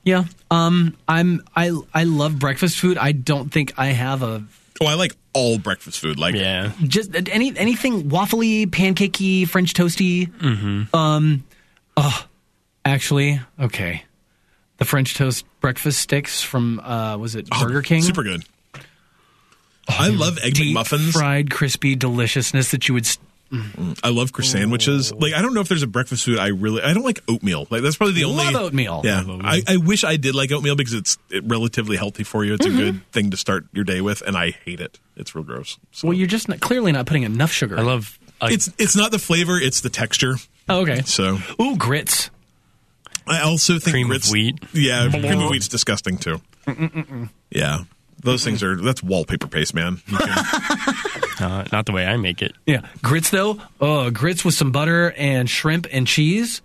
B: Yeah. Um I'm I I love breakfast food. I don't think I have a
A: Oh, I like all breakfast food. Like,
C: yeah.
B: just any anything waffly, pancakey, french toasty. Mm-hmm. Um oh, actually, okay. The french toast breakfast sticks from uh was it Burger King?
A: Oh,
B: Oh,
A: super good. I love egg
B: Deep
A: muffins.
B: fried crispy deliciousness that you would s-
A: I love croissant sandwiches.
B: Oh.
A: Like, I don't know if there's a breakfast food I really. I don't like oatmeal. Like, that's probably the only
B: Love oatmeal.
A: Yeah,
B: Love
A: I, I wish I did like oatmeal because it's relatively healthy for you. It's
B: Mm-hmm.
A: a good thing to start your day with, and I hate it. It's real gross. So.
B: Well, you're just not, clearly not putting enough sugar.
C: I love like,
A: it's it's not the flavor; it's the texture.
B: oh, okay.
A: So
B: Ooh, grits.
A: I also think
C: Cream of
A: grits,
C: wheat.
A: Yeah, cream of wheat's disgusting too. Yeah, those things are that's wallpaper paste, man. You can-
C: uh, not the way I make it.
B: Yeah, grits though. Oh, grits with some butter and shrimp and cheese.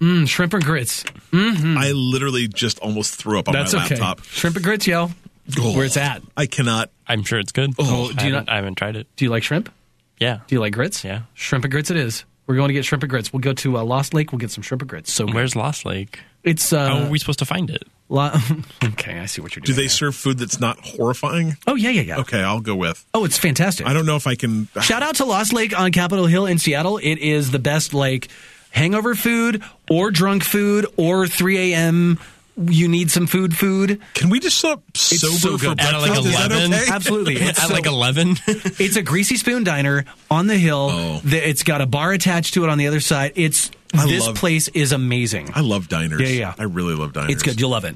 B: Mm, shrimp and grits.
A: I literally just almost threw up on
B: That's
A: my
B: okay.
A: laptop.
B: Shrimp and grits, yo.
A: Oh,
B: Where it's at.
A: I cannot.
C: I'm sure it's good.
B: Oh,
C: I
B: do you
C: haven't-
B: not-
C: I haven't tried it.
B: Do you like shrimp?
C: Yeah.
B: Do you like grits?
C: Yeah.
B: Shrimp and grits it is. We're going to get shrimp and grits. We'll go to uh, Lost Lake. We'll get some shrimp and grits. So
C: Where's Lost Lake?
B: it's uh,
C: How are we supposed to find it?
B: lo- [laughs] okay. I see what you're
A: Oh, Do
B: doing.
A: they
B: there.
A: serve food that's not horrifying?
B: Oh yeah, yeah, yeah.
A: Okay, I'll go with.
B: Oh, it's fantastic.
A: I don't know if I can.
B: Shout out to Lost Lake on Capitol Hill in Seattle. It is the best like hangover food or drunk food or 3 a.m. You need some food, food.
A: Can we just show up sober
B: so
A: for
B: good.
A: breakfast?
C: At like
A: Is that
C: 11?
A: okay?
C: [laughs]
B: Absolutely.
A: [laughs]
B: It's,
C: At
B: so-
C: like 11?
B: [laughs] it's a greasy spoon diner on the hill.
A: Oh.
B: The- It's got a bar attached to it on the other side. It's
A: I
B: this
A: love-
B: place is amazing.
A: I love diners.
B: Yeah, yeah.
A: I really love diners.
B: It's good. You'll love it.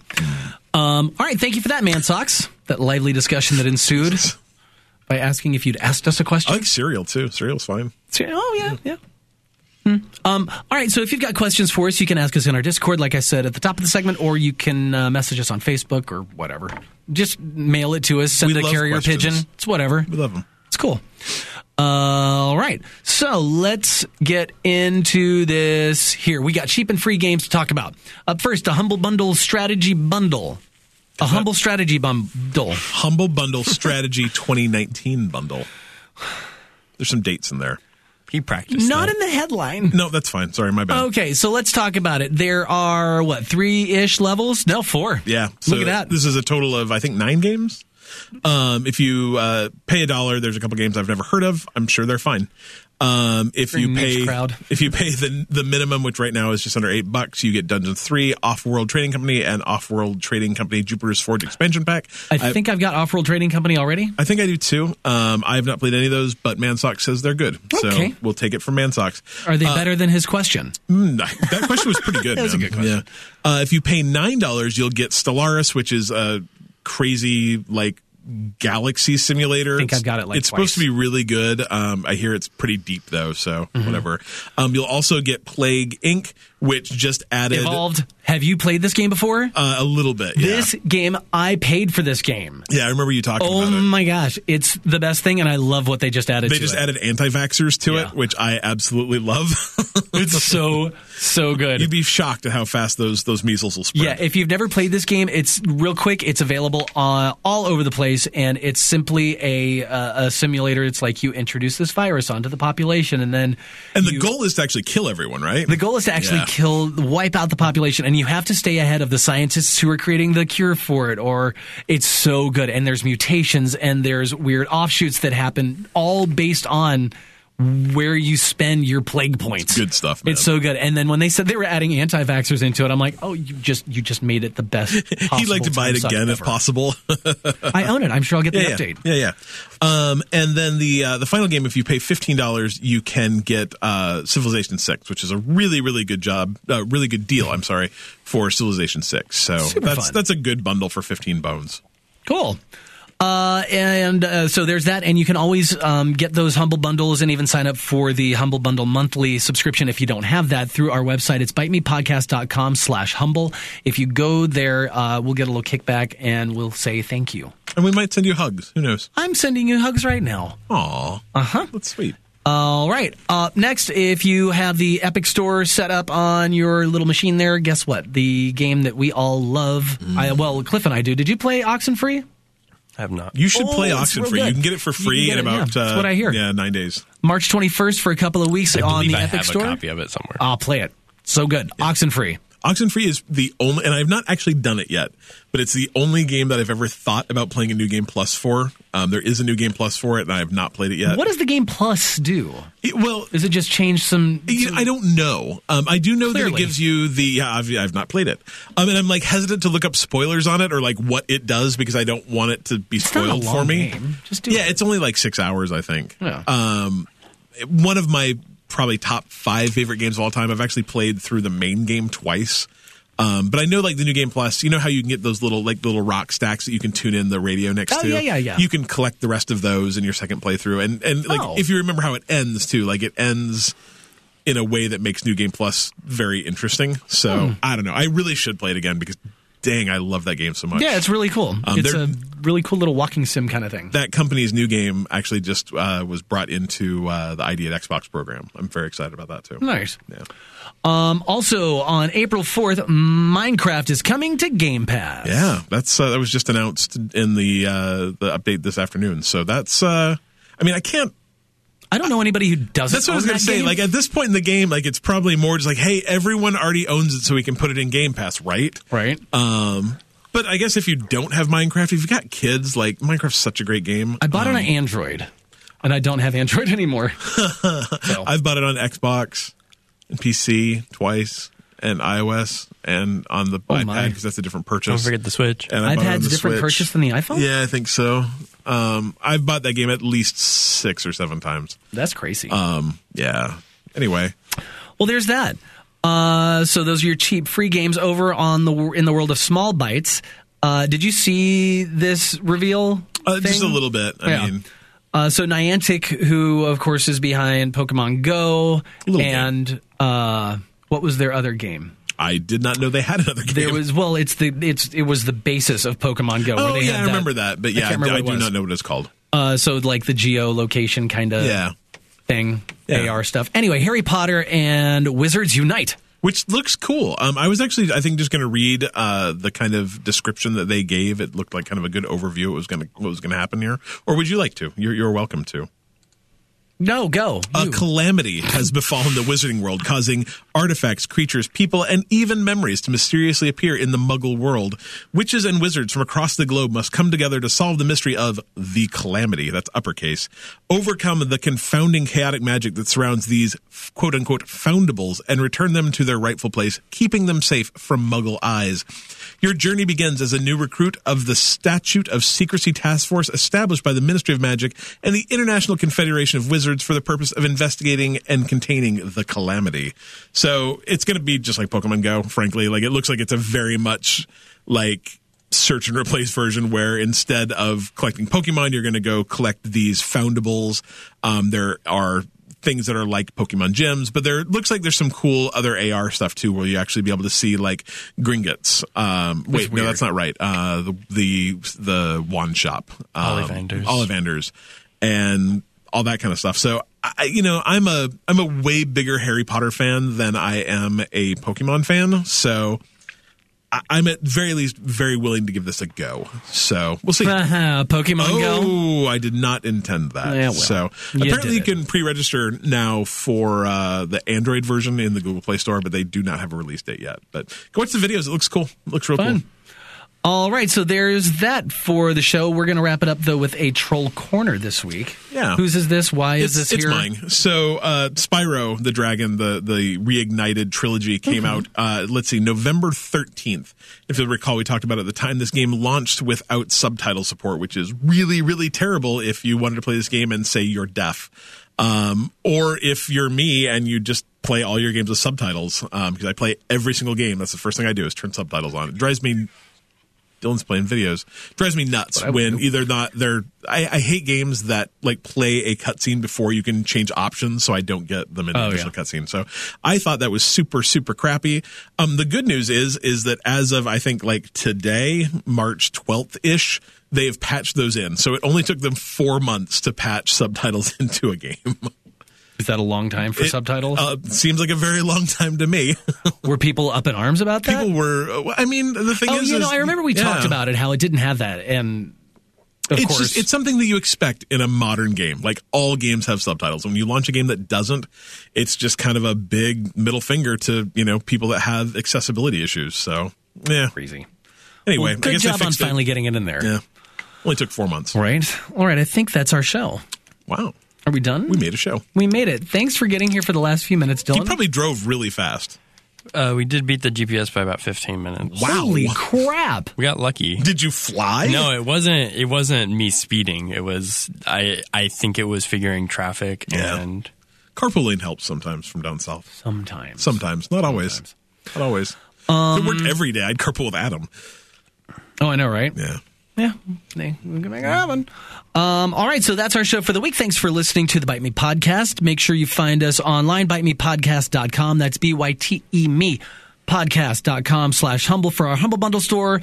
B: Um, all right. Thank you for that, Man Socks. That lively discussion that
A: [laughs]
B: ensued by asking if you'd asked us a
A: I
B: question.
A: like cereal too. Cereal's fine.
B: Oh yeah, yeah. Hmm. Um, all right, so if you've got questions for us, you can ask us in our Discord, like I said at the top of the segment, or you can uh, message us on Facebook or whatever. Just mail it to us, send
A: We
B: a
A: love
B: carrier
A: questions.
B: pigeon. It's whatever.
A: We love them.
B: It's cool. Uh, all right, so let's get into this here. We got cheap and free games to talk about. Up first, a Humble Bundle Strategy Bundle. A Humble Strategy Bundle. [laughs]
A: Humble Bundle Strategy 2019 Bundle. There's some dates in there.
C: he practiced.
B: Not
C: that.
B: in the headline.
A: No, that's fine. Sorry, my bad.
B: Okay, so let's talk about it. There are what three ish levels? No, four.
A: Yeah.
B: look at that.
A: This is a total of I think nine games. Um, if you uh, pay a dollar, there's a couple games I've never heard of. I'm sure they're fine. Um, if
B: Very
A: you
B: niche
A: pay,
B: crowd.
A: [laughs] if you pay the the minimum, which right now is just under eight bucks, you get Dungeon Three, Off World Trading Company, and Off World Trading Company Jupiter's Forge expansion pack.
B: I think I've got Off World Trading Company already.
A: I think I do too. Um, I have not played any of those, but Mansox says they're good,
B: Okay.
A: so we'll take it from Mansox.
B: Are they better than his question?
A: Mm, that question was pretty good. [laughs] that was a good question. Yeah. Uh, if you pay nine dollars, you'll get Stellaris, which is a crazy like galaxy simulator. I
B: think I've got it, like,
A: it's
B: twice. Mm-hmm.
A: supposed to be really good. Um, I hear it's pretty deep though, so whatever. Um, you'll also get Plague Inc., which just added
B: Evolved. Have you played this game before?
A: uh, a little bit. Yeah.
B: This game, I paid for this game.
A: yeah, I remember you talking
B: Oh
A: about it.
B: my gosh, it's the best thing, and I love what they just added.
A: They
B: to
A: just
B: it.
A: added anti-vaxxers to
B: Yeah.
A: it, which I absolutely love. [laughs]
B: It's so so good.
A: You'd be shocked at how fast those those measles will spread.
B: Yeah, if you've never played this game, it's real quick. It's available uh, all over the place, and it's simply a uh, a simulator. It's like you introduce this virus onto the population, and then
A: and the
B: you-
A: goal is to actually kill everyone, right?
B: The goal is to actually
A: Yeah.
B: kill, wipe out the population, and you have to stay ahead of the scientists who are creating the cure for it, or it's so good. And there's mutations and there's weird offshoots that happen, all based on where you spend your plague points.
A: good stuff, man.
B: It's so good. And then when they said they were adding anti-vaxxers into it, I'm like, oh, you just you just made it the
A: [laughs]
B: best.
A: He'd
B: possible
A: like to buy
B: time
A: it
B: suck
A: again if
B: ever.
A: possible. [laughs]
B: I own it. I'm sure I'll get the
A: yeah,
B: update.
A: yeah, yeah. Um, and then the uh, the final game, if you pay fifteen dollars, you can get uh, Civilization Six, which is a really really good job, uh, really good deal. I'm sorry for Civilization Six. So
B: Super
A: that's
B: fun.
A: that's a good bundle for fifteen bones.
B: Cool. Uh, and uh, so there's that, and you can always um, get those humble bundles and even sign up for the humble bundle monthly subscription if you don't have that through our website. It's bitemepodcast.com slash humble. If you go there, uh, we'll get a little kickback and we'll say thank you.
A: And we might send you hugs. Who knows?
B: I'm sending you hugs right now.
A: Aw, uh
B: Uh-huh.
A: huh. That's sweet.
B: All right. Uh, next, if you have the Epic Store set up on your little machine there, guess what? The game that we all love.
C: Mm.
B: I, well, Cliff and I do. Did you play Oxenfree?
C: I have not.
A: You should
B: Oh,
A: play
B: it's
A: Oxen
B: real
A: Free.
B: good.
A: You can get it for
B: You can
A: free
B: get
A: in
B: it, yeah.
A: about
B: That's
A: uh,
B: what I hear.
A: Yeah, nine days.
B: March 21st for a couple of weeks
C: I
B: on
C: believe
B: the
C: I
B: Epic
C: have
B: Store.
C: a copy of it somewhere.
B: I'll Ah, play it. So good. Oxen free.
A: Oxenfree is the only, and I've not actually done it yet, but it's the only game that I've ever thought about playing a new game plus for. Um, there is a new game plus for it, and I have not played it yet.
B: What does the game plus do?
A: It- well,
B: Does it just change some?
A: you- I don't know. Um, I do know that
B: Clearly.
A: it gives you the. Yeah, I've, I've not played it, um, and I'm like hesitant to look up spoilers on it or like what it does because I don't want it to be
B: not a
A: spoiled for
B: long
A: me.
B: game. Just do
A: yeah,
B: it.
A: it's only like six hours, I think.
B: Yeah.
A: Um, it- one of my probably top five favorite games of all time. I've actually played through the main game twice. Um, but I know like the new game plus, you know how you can get those little like little rock stacks that you can tune in the radio next
B: Oh,
A: to.
B: yeah, yeah, yeah.
A: You can collect the rest of those in your second playthrough, and and like
B: Oh.
A: if you remember how it ends too, like it ends
B: Hmm.
A: in a way that makes New Game Plus very interesting. So I don't know. I really should play it again because dang, I love that game so much. Um,
B: Yeah, it's really cool. it's
A: they're-
B: a really cool little walking sim kind of thing.
A: that company's new game actually just uh, was brought into uh, the ID at Xbox program. I'm very excited about that too.
B: Nice.
A: Yeah.
B: Um, also, on April 4th, Minecraft is coming to Game Pass.
A: Yeah, that's uh, that was just announced in the uh, the update this afternoon. So that's uh, I mean I can't.
B: I don't know anybody who doesn't.
A: That's what I was
B: own
A: gonna
B: that
A: say.
B: game.
A: Like at this point in the game, like it's probably more just like, hey, everyone already owns it, so we can put it in Game Pass, right?
B: right?
A: Um, but I guess if you don't have Minecraft, if you've got kids, like Minecraft's such a great game.
B: I bought
A: Um,
B: it on Android, and I don't have Android [laughs] anymore. So,
A: I've bought it on Xbox, and PC twice, and iOS, and on the
B: Oh my.
A: iPad because that's a different purchase.
C: Don't forget the Switch.
A: And I
B: I've
A: bought it
B: had
A: on the
B: different
A: Switch.
B: purchase than the iPhone.
A: Yeah, I think so. Um, I've bought that game at least six or seven times.
B: That's crazy.
A: Um, yeah. Anyway,
B: well, there's that. Uh, so those are your cheap free games over on the in the world of small bites. Uh, did you see this reveal?
A: uh, just a
B: thing?
A: little bit. I
B: Yeah.
A: mean,
B: uh, so Niantic, who of course is behind Pokemon Go,
A: Little game.
B: and uh, what was their other game?
A: I did not know they had another game.
B: There was well, it's the it's it was the basis of Pokemon Go.
A: oh
B: where they
A: yeah,
B: had
A: I remember that. But yeah, I,
B: can't remember what
A: I
B: it
A: do
B: was.
A: not know what it's called.
B: Uh, so like the geolocation kind of
A: yeah,
B: thing,
A: Yeah.
B: AR stuff. Anyway, Harry Potter and Wizards Unite.
A: which looks cool. Um, I was actually, I think, just going to read uh, the kind of description that they gave. It looked like kind of a good overview. Of what was going to what was going to happen here, or would you like to? You're, you're welcome to.
B: No, go.
A: A
B: you.
A: calamity has befallen the Wizarding World, causing artifacts, creatures, people, and even memories to mysteriously appear in the Muggle world. Witches and wizards from across the globe must come together to solve the mystery of the calamity. That's uppercase. Overcome the confounding chaotic magic that surrounds these quote unquote foundables and return them to their rightful place, keeping them safe from Muggle eyes. Your journey begins as a new recruit of the Statute of Secrecy Task Force established by the Ministry of Magic and the International Confederation of Wizards for the purpose of investigating and containing the calamity. So it's going to be just like Pokemon Go, frankly. Like it looks like it's a very much like search and replace version where instead of collecting Pokemon, you're going to go collect these foundables. Um, there are things that are like Pokemon gems, but there looks like there's some cool other AR stuff too, where you actually be able to see like Gringotts. Um, wait, no, that's not right. Uh, the, the the wand shop, um,
C: Ollivanders.
A: Ollivanders, and all that kind of stuff. So. I, you know, I'm a I'm a way bigger Harry Potter fan than I am a Pokemon fan. So I, I'm at very least very willing to give this a go. So we'll see.
B: Uh-huh, Pokemon Go.
A: Oh, I did not intend that.
B: Yeah, well,
A: so
B: you
A: apparently you
B: did it.
A: can pre-register now for uh, the Android version in the Google Play Store, but they do not have a release date yet. But go watch the videos; it looks cool. It looks real
B: Fun.
A: cool.
B: All right, so there's that for the show. We're going to wrap it up though with a troll corner this week.
A: Yeah.
B: whose is this? Why is
A: it's,
B: this
A: it's
B: here?
A: mine. So uh, Spyro the Dragon, the the reignited trilogy came out. Uh, let's see, November thirteenth. If you'll recall, we talked about at the time this game launched without subtitle support, which is really really terrible if you wanted to play this game and say you're deaf, um, or if you're me and you just play all your games with subtitles because I play every single game. That's the first thing I do is turn subtitles on. It drives me Dylan's playing videos drives me nuts when either not they're I, I hate games that like play a cutscene before you can change options so I don't get them in an
B: Oh,
A: additional
B: yeah.
A: cutscene. So I thought that was super super crappy. Um, the good news is is that as of I think like today March twelfth ish they have patched those in. So it only took them four months to patch subtitles [laughs] into a game.
B: Is that a long time for subtitles?
A: Uh, seems like a very long time to me.
B: Were people up in arms about that?
A: People were. uh, I mean, the thing
B: oh,
A: is,
B: you know,
A: is-
B: I remember we talked
A: yeah.
B: about it. How it didn't have that, and of
A: it's
B: course,
A: just it's something that you expect in a modern game. Like all games have subtitles. When you launch a game that doesn't, it's just kind of a big middle finger to you know people that have accessibility issues. So yeah.
B: crazy.
A: Anyway, I
B: Good
A: guess they
B: job on
A: fixed it.
B: finally getting it in there.
A: Yeah, only took four months.
B: Right. All right. I think that's our show.
A: Wow,
B: Are we done?
A: we made a show.
B: We made it. Thanks for getting here for the last few minutes,
A: He
B: Dylan.
A: probably drove really fast.
C: Uh, we did beat the GPS by about 15 minutes.
B: Holy crap!
C: We got lucky.
A: Did you fly?
C: No, it wasn't. It wasn't me speeding. It was I. I think it was figuring traffic
A: Yeah.
C: and
A: Carpooling helps sometimes from down south.
B: Sometimes. Um,
A: Sometimes, not always. Not always. if it worked every day, I'd carpool with Adam.
B: Oh, I know, right?
A: Yeah.
B: Yeah. They we can make it happen. Um, all right, so that's our show for the week. Thanks for listening to the Bite Me Podcast. Make sure you find us online, bitemepodcast.com. That's B Y T E me podcast.com slash humble for our humble bundle store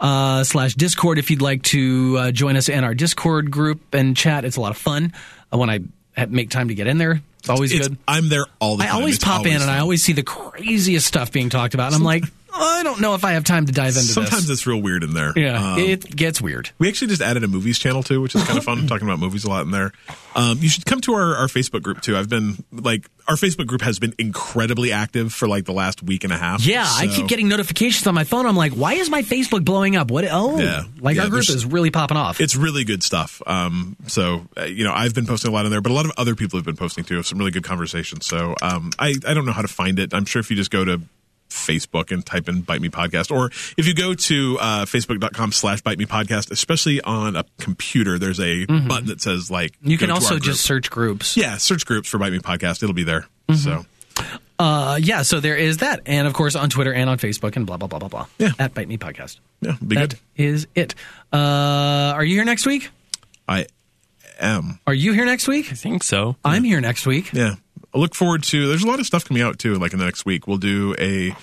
B: uh, slash discord if you'd like to uh, join us in our discord group and chat it's a lot of fun uh, when i ha- make time to get in there it's always
A: It's-
B: good
A: I'm there all the
B: i
A: time.
B: always
A: It's
B: pop in and i
A: fun.
B: always see the craziest stuff being talked about and
A: [laughs]
B: i'm like "Oh, i don't know if i have time to dive into
A: Sometimes
B: this
A: it's real weird in there.
B: yeah
A: Um,
B: it gets weird
A: We actually just added a movies channel too, which is kind of
B: [laughs]
A: fun. talking about movies a lot in there. Um, you should come to our, our Facebook group too. I've been like our Facebook group has been incredibly active for like the last week and a half.
B: Yeah, I
A: So-
B: keep getting notifications on my phone. I'm like, why is my Facebook blowing up? What? Oh,
A: Yeah,
B: like
A: yeah,
B: our group
A: there's-
B: is really popping off.
A: It's really good stuff. Um, so uh, you know, I've been posting a lot in there, but a lot of other people have been posting too. Some really good conversations. So um, I I don't know how to find it. I'm sure if you just go to Facebook and type in Bite Me Podcast, or if you go to uh, Facebook.com slash Bite Me Podcast, especially on a computer, there's a button that says like
B: Mm-hmm. you can
A: go to our
B: also
A: group.
B: just search groups.
A: yeah search groups for Bite Me Podcast. It'll be there. So
B: Uh, yeah, so there is that. And of course, on Twitter and on Facebook and blah, blah, blah, blah, blah.
A: Yeah.
B: At Bite Me Podcast.
A: yeah, it'll be
B: That
A: good.
B: is it. Uh, are you here next week?
A: I am.
B: Are you here next week?
C: I think so.
B: I'm here next week.
A: Yeah. I look forward to there's a lot of stuff coming out too, like in the next week. We'll do a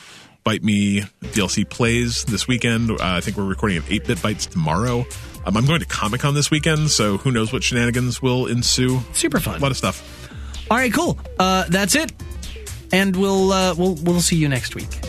A: Bite Me DLC plays this weekend. Uh, I think we're recording at 8 Bit Bites tomorrow. Um, I'm going to Comic Con this weekend, so who knows what shenanigans will ensue.
B: Super
A: A
B: fun.
A: lot of stuff.
B: All right, cool. Uh, that's it. And we'll uh, we'll we'll see you next week.